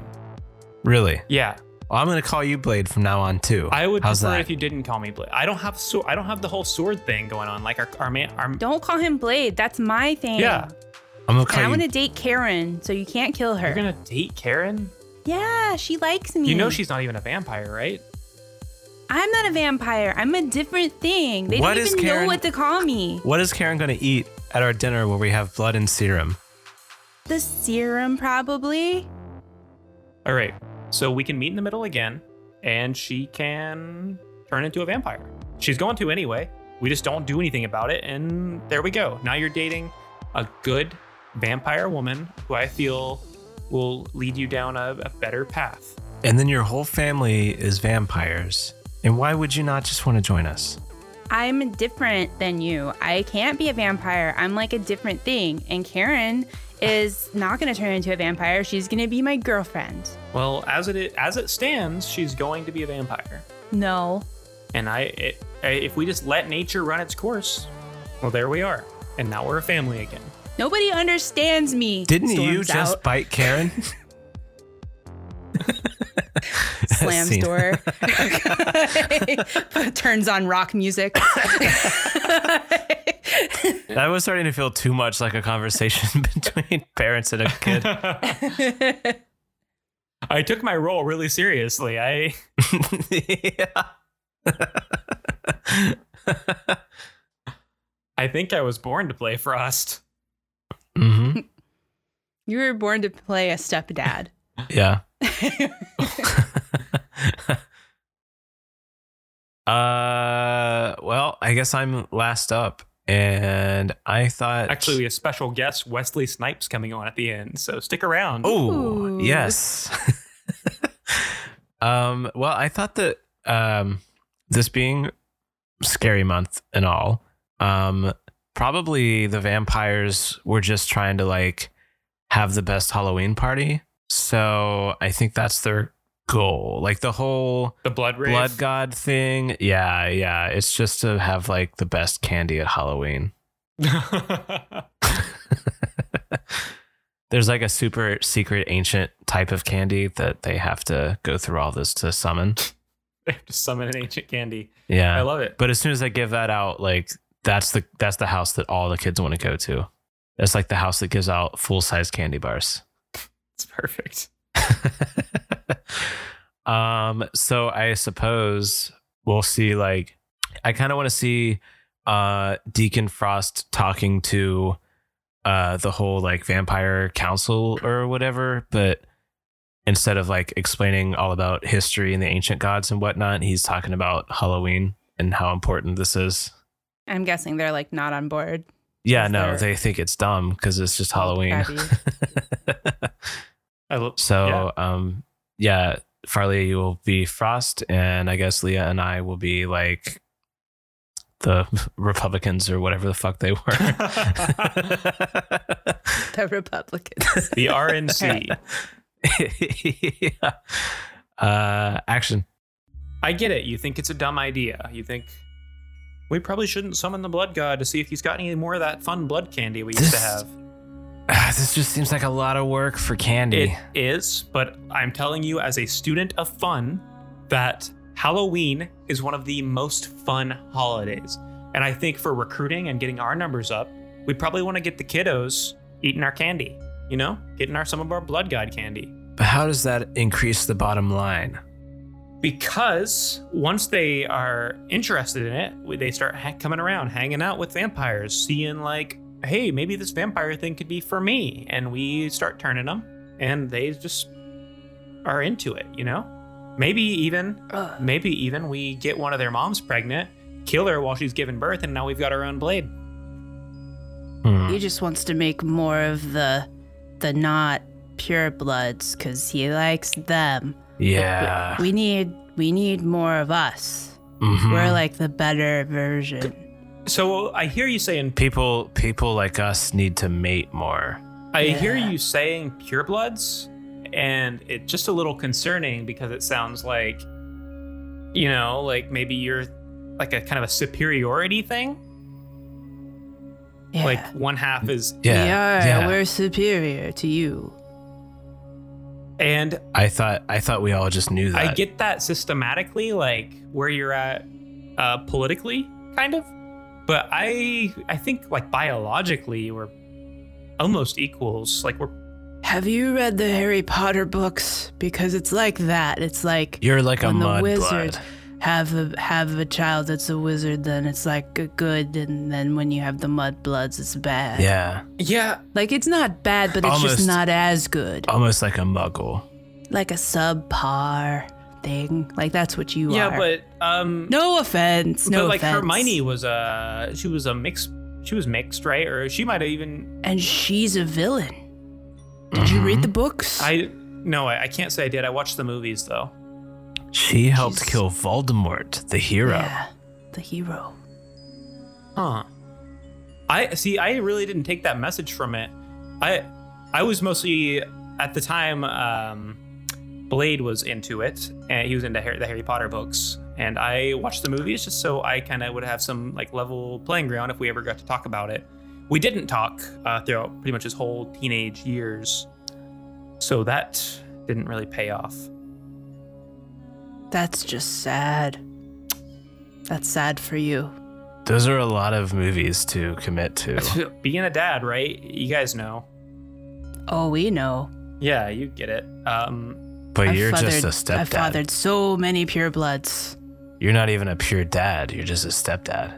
[SPEAKER 4] Really?
[SPEAKER 3] Yeah,
[SPEAKER 4] Well, I'm gonna call you Blade from now on too.
[SPEAKER 3] I would
[SPEAKER 4] How's
[SPEAKER 3] prefer
[SPEAKER 4] that?
[SPEAKER 3] if you didn't call me Blade. I don't have so I don't have the whole sword thing going on. Like our our man, our
[SPEAKER 2] Don't call him Blade. That's my thing.
[SPEAKER 3] yeah.
[SPEAKER 4] I'm gonna
[SPEAKER 2] And I
[SPEAKER 4] call
[SPEAKER 2] want
[SPEAKER 4] you.
[SPEAKER 2] to date Karen, so you can't kill her.
[SPEAKER 3] You're gonna date Karen?
[SPEAKER 2] Yeah, she likes me.
[SPEAKER 3] You know she's not even a vampire, right?
[SPEAKER 2] I'm not a vampire. I'm a different thing. They
[SPEAKER 4] What
[SPEAKER 2] don't
[SPEAKER 4] is
[SPEAKER 2] even know
[SPEAKER 4] Karen-
[SPEAKER 2] what to call me.
[SPEAKER 4] What is Karen gonna eat at our dinner where we have blood and serum?
[SPEAKER 2] The serum, probably.
[SPEAKER 3] All right. So we can meet in the middle again, and she can turn into a vampire. She's going to anyway. We just don't do anything about it, and there we go. Now you're dating a good vampire woman who I feel will lead you down a, a better path.
[SPEAKER 4] And then your whole family is vampires. And why would you not just want to join us?
[SPEAKER 2] I'm different than you. I can't be a vampire. I'm like a different thing. And Karen is not going to turn into a vampire. She's going to be my girlfriend.
[SPEAKER 3] Well, as it as it stands, she's going to be a vampire,
[SPEAKER 2] No.
[SPEAKER 3] and I it, if we just let nature run its course, well, there we are, and now we're a family again.
[SPEAKER 2] Nobody understands me.
[SPEAKER 4] Didn't you
[SPEAKER 2] Storms
[SPEAKER 4] just
[SPEAKER 2] out,
[SPEAKER 4] bite Karen?
[SPEAKER 2] slams
[SPEAKER 4] Scene.
[SPEAKER 2] door? Turns on rock music.
[SPEAKER 4] That was starting to feel too much like a conversation between parents and a kid.
[SPEAKER 3] I took my role really seriously. I
[SPEAKER 4] Yeah.
[SPEAKER 3] I think I was born to play Frost.
[SPEAKER 4] Mhm.
[SPEAKER 2] You were born to play a stepdad.
[SPEAKER 4] Yeah. uh, well, I guess I'm last up, and I thought
[SPEAKER 3] Actually, we have special guest Wesley Snipes coming on at the end, so stick around.
[SPEAKER 4] Oh,
[SPEAKER 2] Ooh.
[SPEAKER 4] yes. um, well, I thought that um, this being scary month and all, um, probably the vampires were just trying to like have the best Halloween party. So I think that's their goal. Like the whole
[SPEAKER 3] the blood rave.
[SPEAKER 4] blood god thing. Yeah, yeah. It's just to have like the best candy at Halloween. there's like a super secret ancient type of candy that they have to go through all this to summon.
[SPEAKER 3] They have to summon an ancient candy.
[SPEAKER 4] Yeah.
[SPEAKER 3] I love it.
[SPEAKER 4] But as soon as I give that out, like that's the that's the house that all the kids want to go to. That's like the house that gives out full size candy bars.
[SPEAKER 3] It's perfect.
[SPEAKER 4] um, so I suppose we'll see like I kind of want to see uh Deacon Frost talking to uh the whole like vampire council or whatever, but instead of like explaining all about history and the ancient gods and whatnot, he's talking about Halloween and how important this is.
[SPEAKER 2] I'm guessing they're like not on board.
[SPEAKER 4] Yeah,
[SPEAKER 2] Is
[SPEAKER 4] no,
[SPEAKER 2] there-
[SPEAKER 4] they think it's dumb because it's just Halloween.
[SPEAKER 3] I love
[SPEAKER 4] so,
[SPEAKER 3] Yeah.
[SPEAKER 4] um, yeah, Farley, you will be Frost, and I guess Leah and I will be like the Republicans or whatever the fuck they were.
[SPEAKER 2] The Republicans.
[SPEAKER 3] the RNC.
[SPEAKER 4] yeah. Uh, action.
[SPEAKER 3] I get it. You think it's a dumb idea. You think we probably shouldn't summon the blood god to see if he's got any more of that fun blood candy we used to
[SPEAKER 4] This-
[SPEAKER 3] have.
[SPEAKER 4] Ah, this just seems like a lot of work for candy.
[SPEAKER 3] It is, but I'm telling you, as a student of fun, that Halloween is one of the most fun holidays. And I think for recruiting and getting our numbers up, we probably want to get the kiddos eating our candy, you know, getting our some of our blood god candy.
[SPEAKER 4] but how does that increase the bottom line?
[SPEAKER 3] because once they are interested in it, they start ha- coming around, hanging out with vampires, seeing like, hey, maybe this vampire thing could be for me, and we start turning them, and they just are into it, you know. Maybe even,
[SPEAKER 2] Ugh.
[SPEAKER 3] maybe even we get one of their moms pregnant, kill her while she's giving birth, and now we've got our own blade.
[SPEAKER 4] Hmm.
[SPEAKER 2] He just wants to make more of the the not pure bloods because he likes them.
[SPEAKER 4] Yeah.
[SPEAKER 2] We need we need more of us.
[SPEAKER 4] Mhm.
[SPEAKER 2] We're like the better version.
[SPEAKER 3] So I hear you saying,
[SPEAKER 4] people people like us need to mate more.
[SPEAKER 3] I hear you saying purebloods, and it's just a little concerning because it sounds like, you know, like maybe you're like a kind of a superiority thing.
[SPEAKER 2] Yeah.
[SPEAKER 3] Like one half is,
[SPEAKER 4] Yeah.
[SPEAKER 2] we are.
[SPEAKER 4] yeah.
[SPEAKER 2] We're superior to you.
[SPEAKER 3] and
[SPEAKER 4] I thought I thought we all just knew that.
[SPEAKER 3] I get that systematically, like where you're at uh, politically, kind of. But I, I think like biologically, we're almost equals. Like we're
[SPEAKER 2] Have you read the Harry Potter books? Because it's like that. It's like
[SPEAKER 4] You're like a
[SPEAKER 2] when the
[SPEAKER 4] mud
[SPEAKER 2] wizard
[SPEAKER 4] blood.
[SPEAKER 2] have a have a child that's a wizard, then it's like a good, and then when you have the mudbloods, it's bad.
[SPEAKER 4] Yeah.
[SPEAKER 3] yeah,
[SPEAKER 2] Like it's not bad, but it's
[SPEAKER 4] Almost.
[SPEAKER 2] just not as good.
[SPEAKER 4] Almost like a muggle.
[SPEAKER 2] Like a subpar thing. Like that's what you
[SPEAKER 3] yeah.
[SPEAKER 2] are.
[SPEAKER 3] But um,
[SPEAKER 2] no offense. No
[SPEAKER 3] but like
[SPEAKER 2] offense.
[SPEAKER 3] Hermione was a she was a mixed she was mixed right or she might have even
[SPEAKER 2] and she's a villain. Did you
[SPEAKER 4] Mm-hmm.
[SPEAKER 2] read the books?
[SPEAKER 3] I no I, I can't say I did I watched the movies though
[SPEAKER 4] She helped
[SPEAKER 2] She's-
[SPEAKER 4] kill Voldemort, the hero.
[SPEAKER 2] Yeah, the hero.
[SPEAKER 3] huh I see I really didn't take that message from it I I was mostly at the time um, Blade was into it and he was into Harry, the Harry Potter books and I watched the movies just so I kind of would have some like level playing ground if we ever got to talk about it we didn't talk uh, throughout pretty much his whole teenage years so that didn't really pay off
[SPEAKER 2] That's just sad. That's sad for you.
[SPEAKER 4] Those are a lot of movies to commit to.
[SPEAKER 3] being a dad right you guys know
[SPEAKER 2] Oh, we know.
[SPEAKER 3] yeah you get it um
[SPEAKER 4] But you're just a
[SPEAKER 2] I
[SPEAKER 4] stepdad.
[SPEAKER 2] fathered so many purebloods.
[SPEAKER 4] You're not even a pure dad. You're just a stepdad.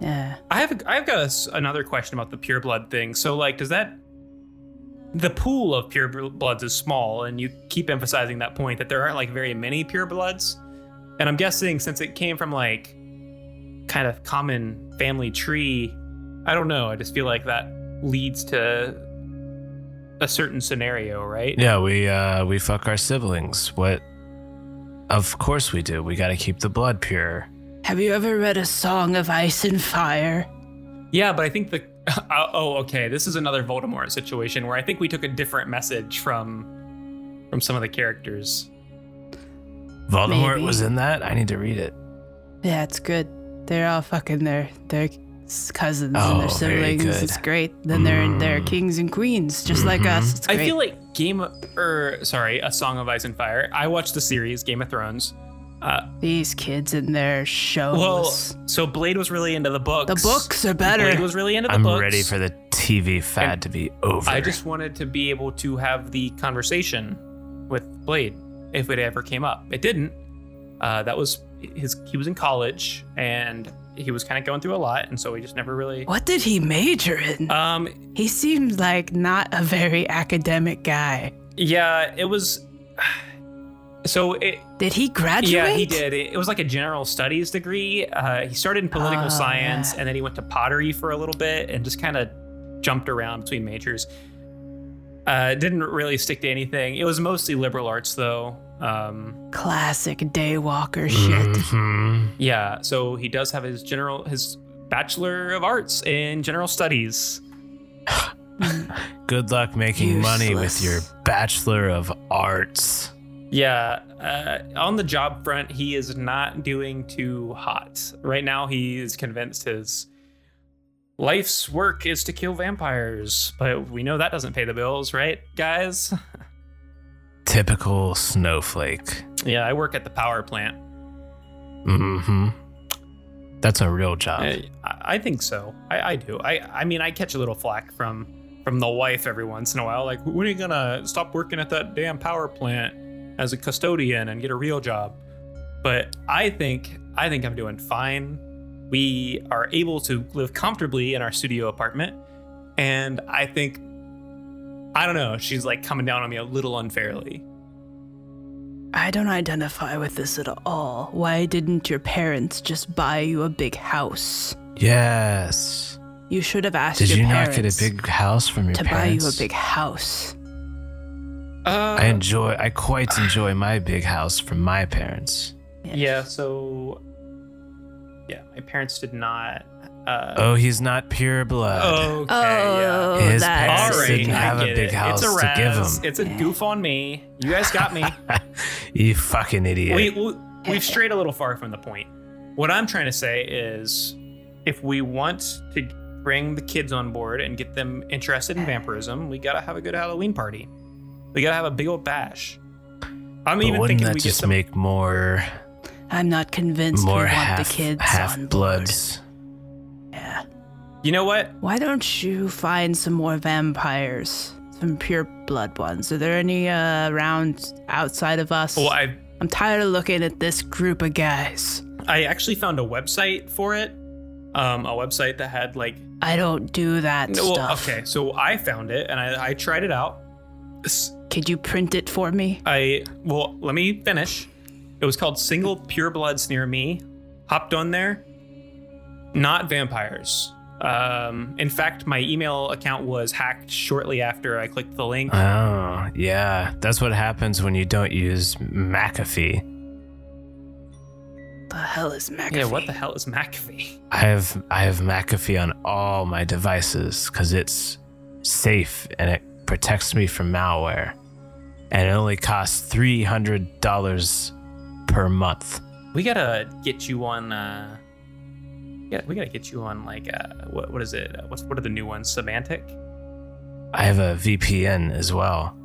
[SPEAKER 2] Yeah.
[SPEAKER 3] i have i've got a s another question about the pure blood thing so like does that the pool of pure bl- bloods is small and you keep emphasizing that point that there aren't like very many pure bloods and i'm guessing since it came from like kind of common family tree i don't know i just feel like that leads to a certain scenario right
[SPEAKER 4] Yeah, we uh we fuck our siblings. What? Of course we do. We got to keep the blood pure.
[SPEAKER 2] Have you ever read a song of ice and fire?
[SPEAKER 3] Yeah, but I think the oh okay, this is another Voldemort situation where I think we took a different message from from some of the characters.
[SPEAKER 4] Voldemort
[SPEAKER 2] Maybe.
[SPEAKER 4] was in that. I need to read it.
[SPEAKER 2] Yeah, it's good. They're all fucking their their
[SPEAKER 5] s- cousins
[SPEAKER 4] Oh,
[SPEAKER 5] and their
[SPEAKER 4] very
[SPEAKER 5] siblings.
[SPEAKER 4] good. Mm. Mm-hmm.
[SPEAKER 5] It's great. Then they're they're kings and queens, just like us. It's
[SPEAKER 3] I
[SPEAKER 5] great.
[SPEAKER 3] feel like Game of, or sorry, A Song of Ice and Fire. I watched the series Game of Thrones.
[SPEAKER 5] these kids and their shows.
[SPEAKER 3] Well, so Blade was really into the books.
[SPEAKER 5] Oh, the books are
[SPEAKER 3] Blade
[SPEAKER 5] better.
[SPEAKER 3] was really into the
[SPEAKER 4] I'm
[SPEAKER 3] books.
[SPEAKER 4] ready for the TV fad
[SPEAKER 3] And
[SPEAKER 4] to be over.
[SPEAKER 3] I just wanted to be able to have the conversation with Blade if it ever came up. It didn't. Uh, that was his. He was in college and he was kind of going through a lot, and so he just never really.
[SPEAKER 5] What did he major in?
[SPEAKER 3] Um,
[SPEAKER 5] he seemed like not a very academic guy.
[SPEAKER 3] Yeah, it was. So it,
[SPEAKER 5] Did he graduate?
[SPEAKER 3] yeah, he did. It, it was like a general studies degree. Uh, he started in political
[SPEAKER 5] Oh,
[SPEAKER 3] science,
[SPEAKER 5] yeah.
[SPEAKER 3] and then he went to pottery for a little bit, and just kind of jumped around between majors. Uh, didn't really stick to anything. It was mostly liberal arts, though. Um,
[SPEAKER 5] Classic daywalker shit.
[SPEAKER 4] Mhm.
[SPEAKER 3] yeah, so he does have his general his bachelor of arts in general studies.
[SPEAKER 4] Good luck making money with your
[SPEAKER 5] Useless.
[SPEAKER 4] Bachelor of Arts.
[SPEAKER 3] Yeah, uh, on the job front, he is not doing too hot. Right now, he is convinced his life's work is to kill vampires, but we know that doesn't pay the bills, right, guys?
[SPEAKER 4] Typical snowflake.
[SPEAKER 3] Yeah, I work at the power plant.
[SPEAKER 4] hmm That's a real job.
[SPEAKER 3] I, I think so. I, I do. I, I mean, I catch a little flack from from the wife every once in a while, like, when are you gonna stop working at that damn power plant as a custodian and get a real job? But I think I think I'm doing fine. We are able to live comfortably in our studio apartment, and I think I don't know. She's like coming down on me a little unfairly.
[SPEAKER 5] I don't identify with this at all. Why didn't your parents just buy you a big house?
[SPEAKER 4] yes.
[SPEAKER 5] You should have asked
[SPEAKER 4] Did
[SPEAKER 5] your
[SPEAKER 4] you not
[SPEAKER 5] parents
[SPEAKER 4] get a big house from your
[SPEAKER 5] to buy
[SPEAKER 4] parents?
[SPEAKER 5] you a big house.
[SPEAKER 3] Uh,
[SPEAKER 4] I enjoy. I quite enjoy my big house from my parents.
[SPEAKER 3] yeah. So yeah, my parents did not. Uh,
[SPEAKER 4] Oh, he's not pure blood.
[SPEAKER 3] Okay.
[SPEAKER 5] Oh,
[SPEAKER 3] yeah.
[SPEAKER 4] His
[SPEAKER 5] that's-
[SPEAKER 4] parents
[SPEAKER 3] All right,
[SPEAKER 4] didn't
[SPEAKER 3] I
[SPEAKER 4] have a
[SPEAKER 3] get
[SPEAKER 4] big
[SPEAKER 3] it.
[SPEAKER 4] house
[SPEAKER 3] it's a
[SPEAKER 4] to give
[SPEAKER 3] razz.
[SPEAKER 4] him.
[SPEAKER 3] It's a goof on me. You guys got me. Oh.
[SPEAKER 4] you fucking idiot.
[SPEAKER 3] we, we we've strayed a little far from the point. What I'm trying to say is, if we want to bring the kids on board and get them interested in vampirism, we gotta have a good Halloween party. We gotta have a big old bash. I'm
[SPEAKER 4] but
[SPEAKER 3] even
[SPEAKER 4] wouldn't
[SPEAKER 3] thinking
[SPEAKER 4] that
[SPEAKER 3] we get
[SPEAKER 4] just
[SPEAKER 3] some.
[SPEAKER 4] make more
[SPEAKER 5] I'm not convinced we
[SPEAKER 4] more
[SPEAKER 5] want
[SPEAKER 4] half
[SPEAKER 5] the kids on
[SPEAKER 4] half
[SPEAKER 5] board.
[SPEAKER 4] bloods?
[SPEAKER 5] Yeah.
[SPEAKER 3] you know what?
[SPEAKER 5] Why don't you find some more vampires? Some pure blood ones. Are there any uh, around outside of us?
[SPEAKER 3] Well, I
[SPEAKER 5] I'm tired of looking at this group of guys.
[SPEAKER 3] I actually found a website for it. Um, a website that had like
[SPEAKER 5] I don't do that
[SPEAKER 3] No, well,
[SPEAKER 5] stuff.
[SPEAKER 3] okay, so I found it and I, I tried it out. S-
[SPEAKER 5] Could you print it for me?
[SPEAKER 3] I well, let me finish. It was called Single Purebloods Near Me. Hopped on there. Not vampires. Um, in fact, my email account was hacked shortly after I clicked the link.
[SPEAKER 4] Oh, yeah. That's what happens when you don't use McAfee.
[SPEAKER 5] The hell is McAfee?
[SPEAKER 3] yeah, what the hell is McAfee?
[SPEAKER 4] I have I have McAfee on all my devices because it's safe and it protects me from malware. And it only costs three hundred dollars per month.
[SPEAKER 3] We gotta get you on. Uh, yeah, we gotta get you on like uh, what what is it? Uh, What's what are the new ones? Semantic.
[SPEAKER 4] I have a VPN as well.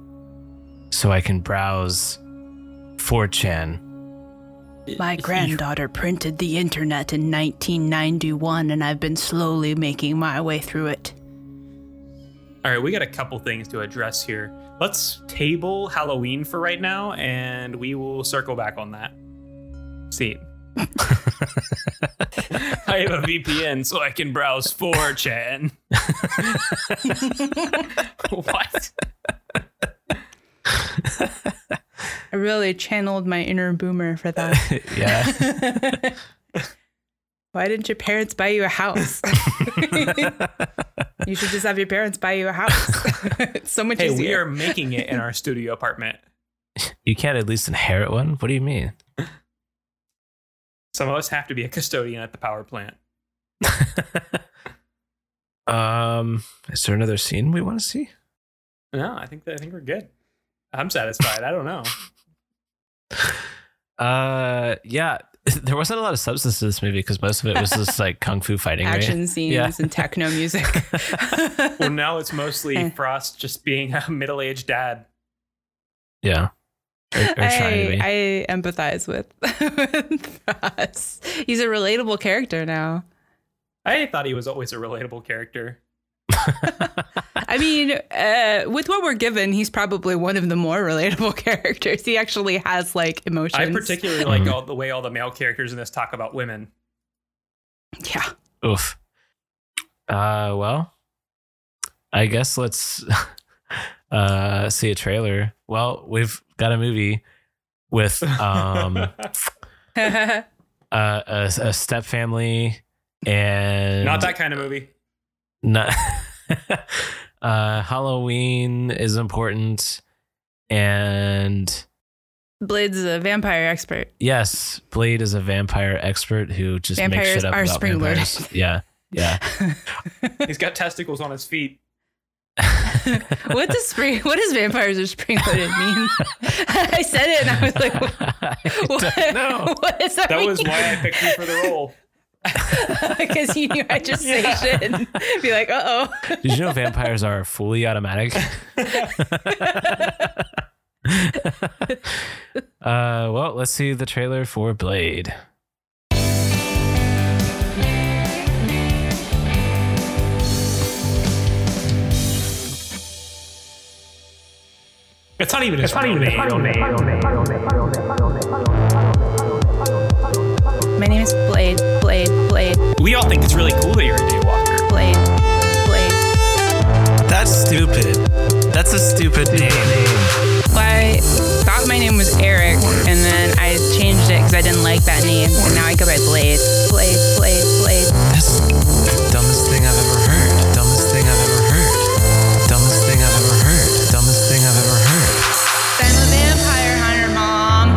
[SPEAKER 4] So I can browse 4chan.
[SPEAKER 5] My granddaughter printed the internet in 1991, and I've been slowly making my way through it.
[SPEAKER 3] All right, we got a couple things to address here. Let's table Halloween for right now, and we will circle back on that. See, I have a VPN so I can browse 4chan. what?
[SPEAKER 5] I really channeled my inner boomer for that.
[SPEAKER 4] yeah.
[SPEAKER 5] Why didn't your parents buy you a house? you should just have your parents buy you a house. it's so much
[SPEAKER 3] Hey, we are making it in our studio apartment.
[SPEAKER 4] You can't at least inherit one? What do you mean?
[SPEAKER 3] Some of us have to be a custodian at the power plant.
[SPEAKER 4] um, is there another scene we want to see?
[SPEAKER 3] No, I think that, I think we're good. I'm satisfied. I don't know.
[SPEAKER 4] Uh, yeah. there wasn't a lot of substance to this movie because most of it was just like kung fu fighting, right?
[SPEAKER 2] action scenes
[SPEAKER 4] Yeah.
[SPEAKER 2] and techno music.
[SPEAKER 3] Well, now it's mostly
[SPEAKER 2] Eh.
[SPEAKER 3] Frost just being a middle-aged dad.
[SPEAKER 4] Yeah. Or, or trying to be.
[SPEAKER 2] I, I empathize with, with Ross. He's a relatable character now.
[SPEAKER 3] I thought he was always a relatable character.
[SPEAKER 2] I mean, uh, with what we're given, he's probably one of the more relatable characters. He actually has like emotions.
[SPEAKER 3] I particularly like
[SPEAKER 4] Mhm.
[SPEAKER 3] all the way all the male characters in this talk about women.
[SPEAKER 2] yeah.
[SPEAKER 4] Oof. Uh, well, I guess let's uh, see a trailer. Well, we've got a movie with um, uh, a, a step family and
[SPEAKER 3] Not that kind of movie.
[SPEAKER 4] not uh, Halloween is important and
[SPEAKER 2] Blade's a vampire expert.
[SPEAKER 4] yes, Blade is a vampire expert who just makes
[SPEAKER 2] Vampires
[SPEAKER 4] shit up
[SPEAKER 2] are
[SPEAKER 4] about
[SPEAKER 2] spring loaded.
[SPEAKER 4] vampires. Yeah, yeah.
[SPEAKER 3] He's got testicles on his feet.
[SPEAKER 2] What does spring? What does vampires are spring loaded mean? I said it, and I was like, "What,
[SPEAKER 4] I don't know.
[SPEAKER 2] what is that?"
[SPEAKER 3] That was why I picked you for the role.
[SPEAKER 2] because you knew I would just say shit and be like, "Uh oh."
[SPEAKER 4] Did you know vampires are fully automatic? uh, well, let's see the trailer for Blade.
[SPEAKER 3] It's not even his real name.
[SPEAKER 2] My name is Blade. Blade. Blade.
[SPEAKER 3] We all think it's really cool that you're a daywalker.
[SPEAKER 2] Blade. Blade.
[SPEAKER 6] That's stupid. That's a stupid name.
[SPEAKER 2] I thought my name was Eric, and then I changed it because I didn't like that name, and now I go by Blade. Blade. Blade. Blade.
[SPEAKER 6] That's the dumbest thing I've ever heard. Dumbest thing I've ever heard. Dumbest thing I've ever heard. Dumbest thing I've ever heard.
[SPEAKER 2] I'm a vampire hunter, mom.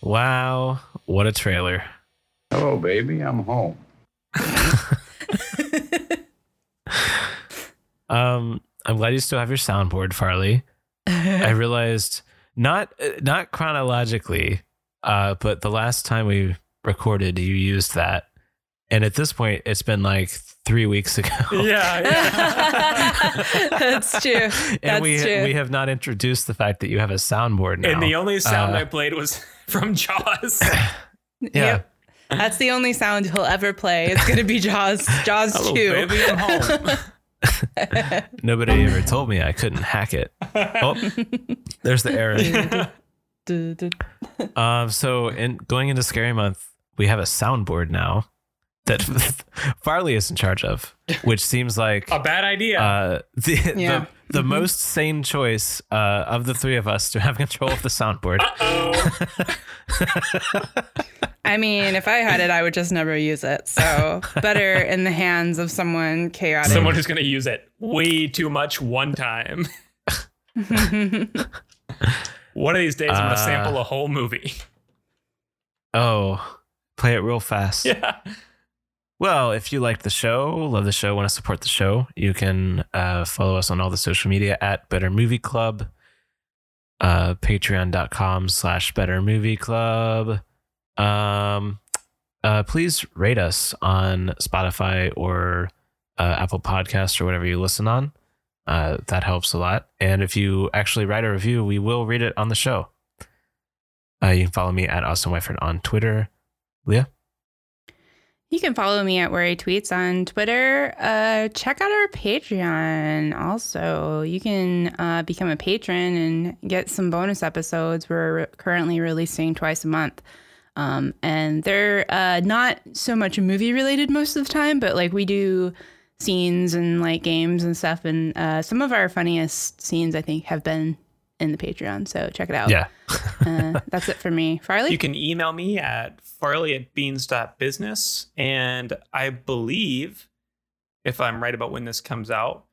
[SPEAKER 4] Wow, what a trailer!
[SPEAKER 7] Hello, baby. I'm home.
[SPEAKER 4] Um, I'm glad you still have your soundboard, Farley. I realized not uh, not chronologically, uh, but the last time we recorded, you used that, and at this point, it's been like three weeks ago.
[SPEAKER 3] Yeah,
[SPEAKER 2] That's true.
[SPEAKER 4] and
[SPEAKER 2] That's
[SPEAKER 4] we
[SPEAKER 2] true.
[SPEAKER 4] we have not introduced the fact that you have a soundboard now.
[SPEAKER 3] And the only sound
[SPEAKER 4] Uh,
[SPEAKER 3] I played was from Jaws.
[SPEAKER 4] yeah.
[SPEAKER 2] Yep. That's the only sound he'll ever play. It's gonna be Jaws. Jaws
[SPEAKER 3] Hello,
[SPEAKER 2] two.
[SPEAKER 3] baby. I'm home.
[SPEAKER 4] Nobody ever told me I couldn't hack it. Oh, there's the error.
[SPEAKER 2] Du- du-
[SPEAKER 4] Um, so, in going into Scary Month, we have a soundboard now that Farley is in charge of, which seems like
[SPEAKER 3] a bad idea.
[SPEAKER 4] uh, the,
[SPEAKER 2] Yeah.
[SPEAKER 4] the the most sane choice uh, of the three of us to have control of the soundboard.
[SPEAKER 2] I mean, if I had it, I would just never use it. So better in the hands of someone chaotic.
[SPEAKER 3] Someone who's going to use it way too much one time. one of these days, I'm going
[SPEAKER 4] Uh,
[SPEAKER 3] to sample a whole movie.
[SPEAKER 4] Oh, play it real fast.
[SPEAKER 3] Yeah.
[SPEAKER 4] Well, if you like the show, love the show, want to support the show, you can uh, follow us on all the social media at Better Movie Club, uh, patreon.com slash Better Movie Club. Um, uh, please rate us on Spotify or uh, Apple Podcasts or whatever you listen on. Uh, that helps a lot. And if you actually write a review, we will read it on the show. Uh, you can follow me at Austin Wyford on Twitter.
[SPEAKER 2] You can follow me at Worry Tweets on Twitter. Uh, check out our Patreon also. You can uh, become a patron and get some bonus episodes. We're re- currently releasing twice a month. Um, and they're uh, not so much movie related most of the time, but like we do scenes and like games and stuff. And uh, some of our funniest scenes, I think, have been in the Patreon. So check it out.
[SPEAKER 4] Yeah.
[SPEAKER 2] Uh, that's it for me. Farley?
[SPEAKER 3] You can email me at farley at beans.business. And I believe, if I'm right about when this comes out,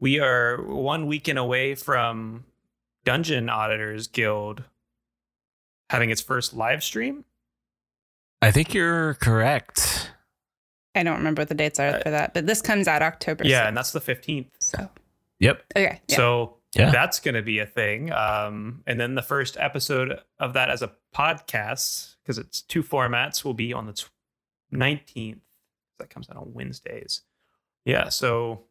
[SPEAKER 3] we are one weekend away from Dungeon Auditors Guild having its first live stream.
[SPEAKER 4] I think you're correct.
[SPEAKER 2] I don't remember what the dates are for that, but this comes out October.
[SPEAKER 3] Yeah,
[SPEAKER 2] 6th,
[SPEAKER 3] and that's the 15th.
[SPEAKER 2] so
[SPEAKER 4] Yep.
[SPEAKER 2] okay. Yeah.
[SPEAKER 3] So
[SPEAKER 4] Yeah.
[SPEAKER 3] that's going to be a thing. Um, and then the first episode of that as a podcast, because it's two formats, will be on the tw- 19th. That comes out on Wednesdays. Yeah. So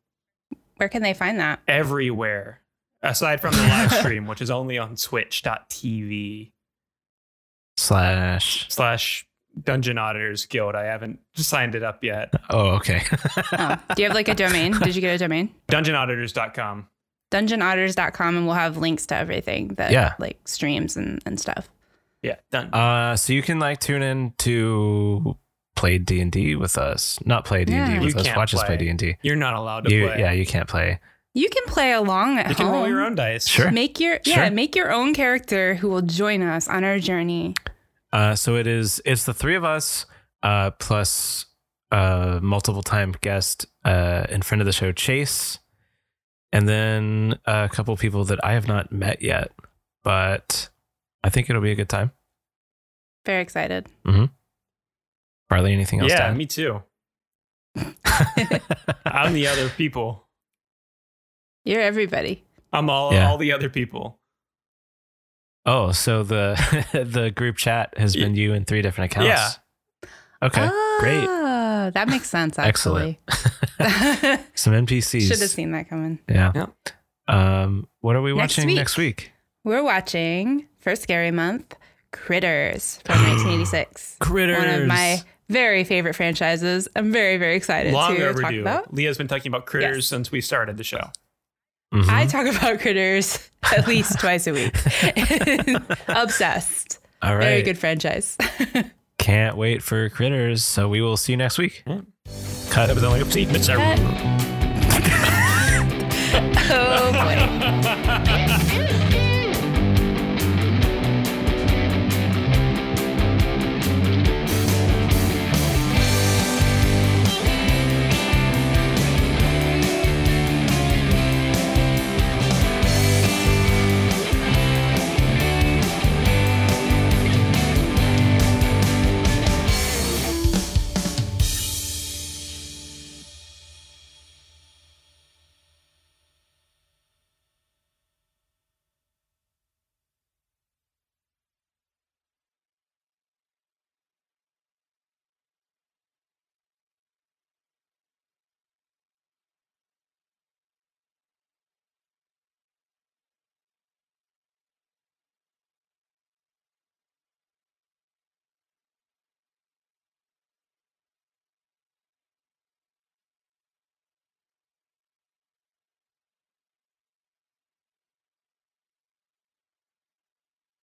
[SPEAKER 2] Where can they find that?
[SPEAKER 3] everywhere aside from the live stream, which is only on twitch.tv
[SPEAKER 4] Slash.
[SPEAKER 3] slash Dungeon Auditors Guild. I haven't signed it up yet.
[SPEAKER 4] Oh, okay.
[SPEAKER 2] Oh, do you have like a domain? Did you get a domain?
[SPEAKER 3] Dungeonauditors.com.
[SPEAKER 2] Dungeonauditors.com, and we'll have links to everything that
[SPEAKER 4] Yeah.
[SPEAKER 2] like streams and, and stuff.
[SPEAKER 3] Yeah. Done.
[SPEAKER 4] Uh, so you can like tune in to play D and D with us. Not play D and
[SPEAKER 2] Yeah.
[SPEAKER 4] D with
[SPEAKER 3] You
[SPEAKER 4] us.
[SPEAKER 3] can't
[SPEAKER 4] Watch us play
[SPEAKER 3] play.
[SPEAKER 4] D and D.
[SPEAKER 3] You're not allowed to
[SPEAKER 4] You
[SPEAKER 3] play.
[SPEAKER 4] yeah, you can't play.
[SPEAKER 2] You can play along at
[SPEAKER 3] you can
[SPEAKER 2] home.
[SPEAKER 3] roll your own dice.
[SPEAKER 4] Sure.
[SPEAKER 2] Make your yeah,
[SPEAKER 4] Sure.
[SPEAKER 2] make your own character who will join us on our journey.
[SPEAKER 4] Uh, so it is. It's the three of us uh, plus uh, multiple time guest uh, in front of the show, Chase, and then a couple people that I have not met yet, but I think it'll be a good time.
[SPEAKER 2] Very excited.
[SPEAKER 4] Barley, anything else?
[SPEAKER 3] Yeah,
[SPEAKER 4] to add?
[SPEAKER 3] me too. I'm the other people.
[SPEAKER 2] You're everybody.
[SPEAKER 3] I'm all
[SPEAKER 4] Yeah.
[SPEAKER 3] all the other people.
[SPEAKER 4] oh, so the the group chat has been you in three different accounts.
[SPEAKER 3] Yeah.
[SPEAKER 4] Okay.
[SPEAKER 2] Oh,
[SPEAKER 4] Great.
[SPEAKER 2] Ah, That makes sense. Actually.
[SPEAKER 4] Excellent.
[SPEAKER 2] Excellent.
[SPEAKER 4] Some NPCs.
[SPEAKER 2] Should have seen that coming.
[SPEAKER 4] Yeah.
[SPEAKER 3] Yep.
[SPEAKER 4] Um, what are we
[SPEAKER 2] Next
[SPEAKER 4] watching
[SPEAKER 2] week.
[SPEAKER 4] next week?
[SPEAKER 2] We're watching for Scary Month Critters from 1986.
[SPEAKER 4] Critters.
[SPEAKER 2] One of my very favorite franchises. I'm very very excited
[SPEAKER 3] Long
[SPEAKER 2] to talk
[SPEAKER 3] overdue.
[SPEAKER 2] about.
[SPEAKER 3] Leah's been talking about critters
[SPEAKER 2] Yes.
[SPEAKER 3] since we started the show.
[SPEAKER 4] Mhm.
[SPEAKER 2] I talk about critters at least twice a week. Obsessed.
[SPEAKER 4] All right.
[SPEAKER 2] Very good franchise.
[SPEAKER 4] Can't wait for critters. So we will see you next week.
[SPEAKER 3] Cut. That was only it's a
[SPEAKER 2] oh boy.
[SPEAKER 1] Hey.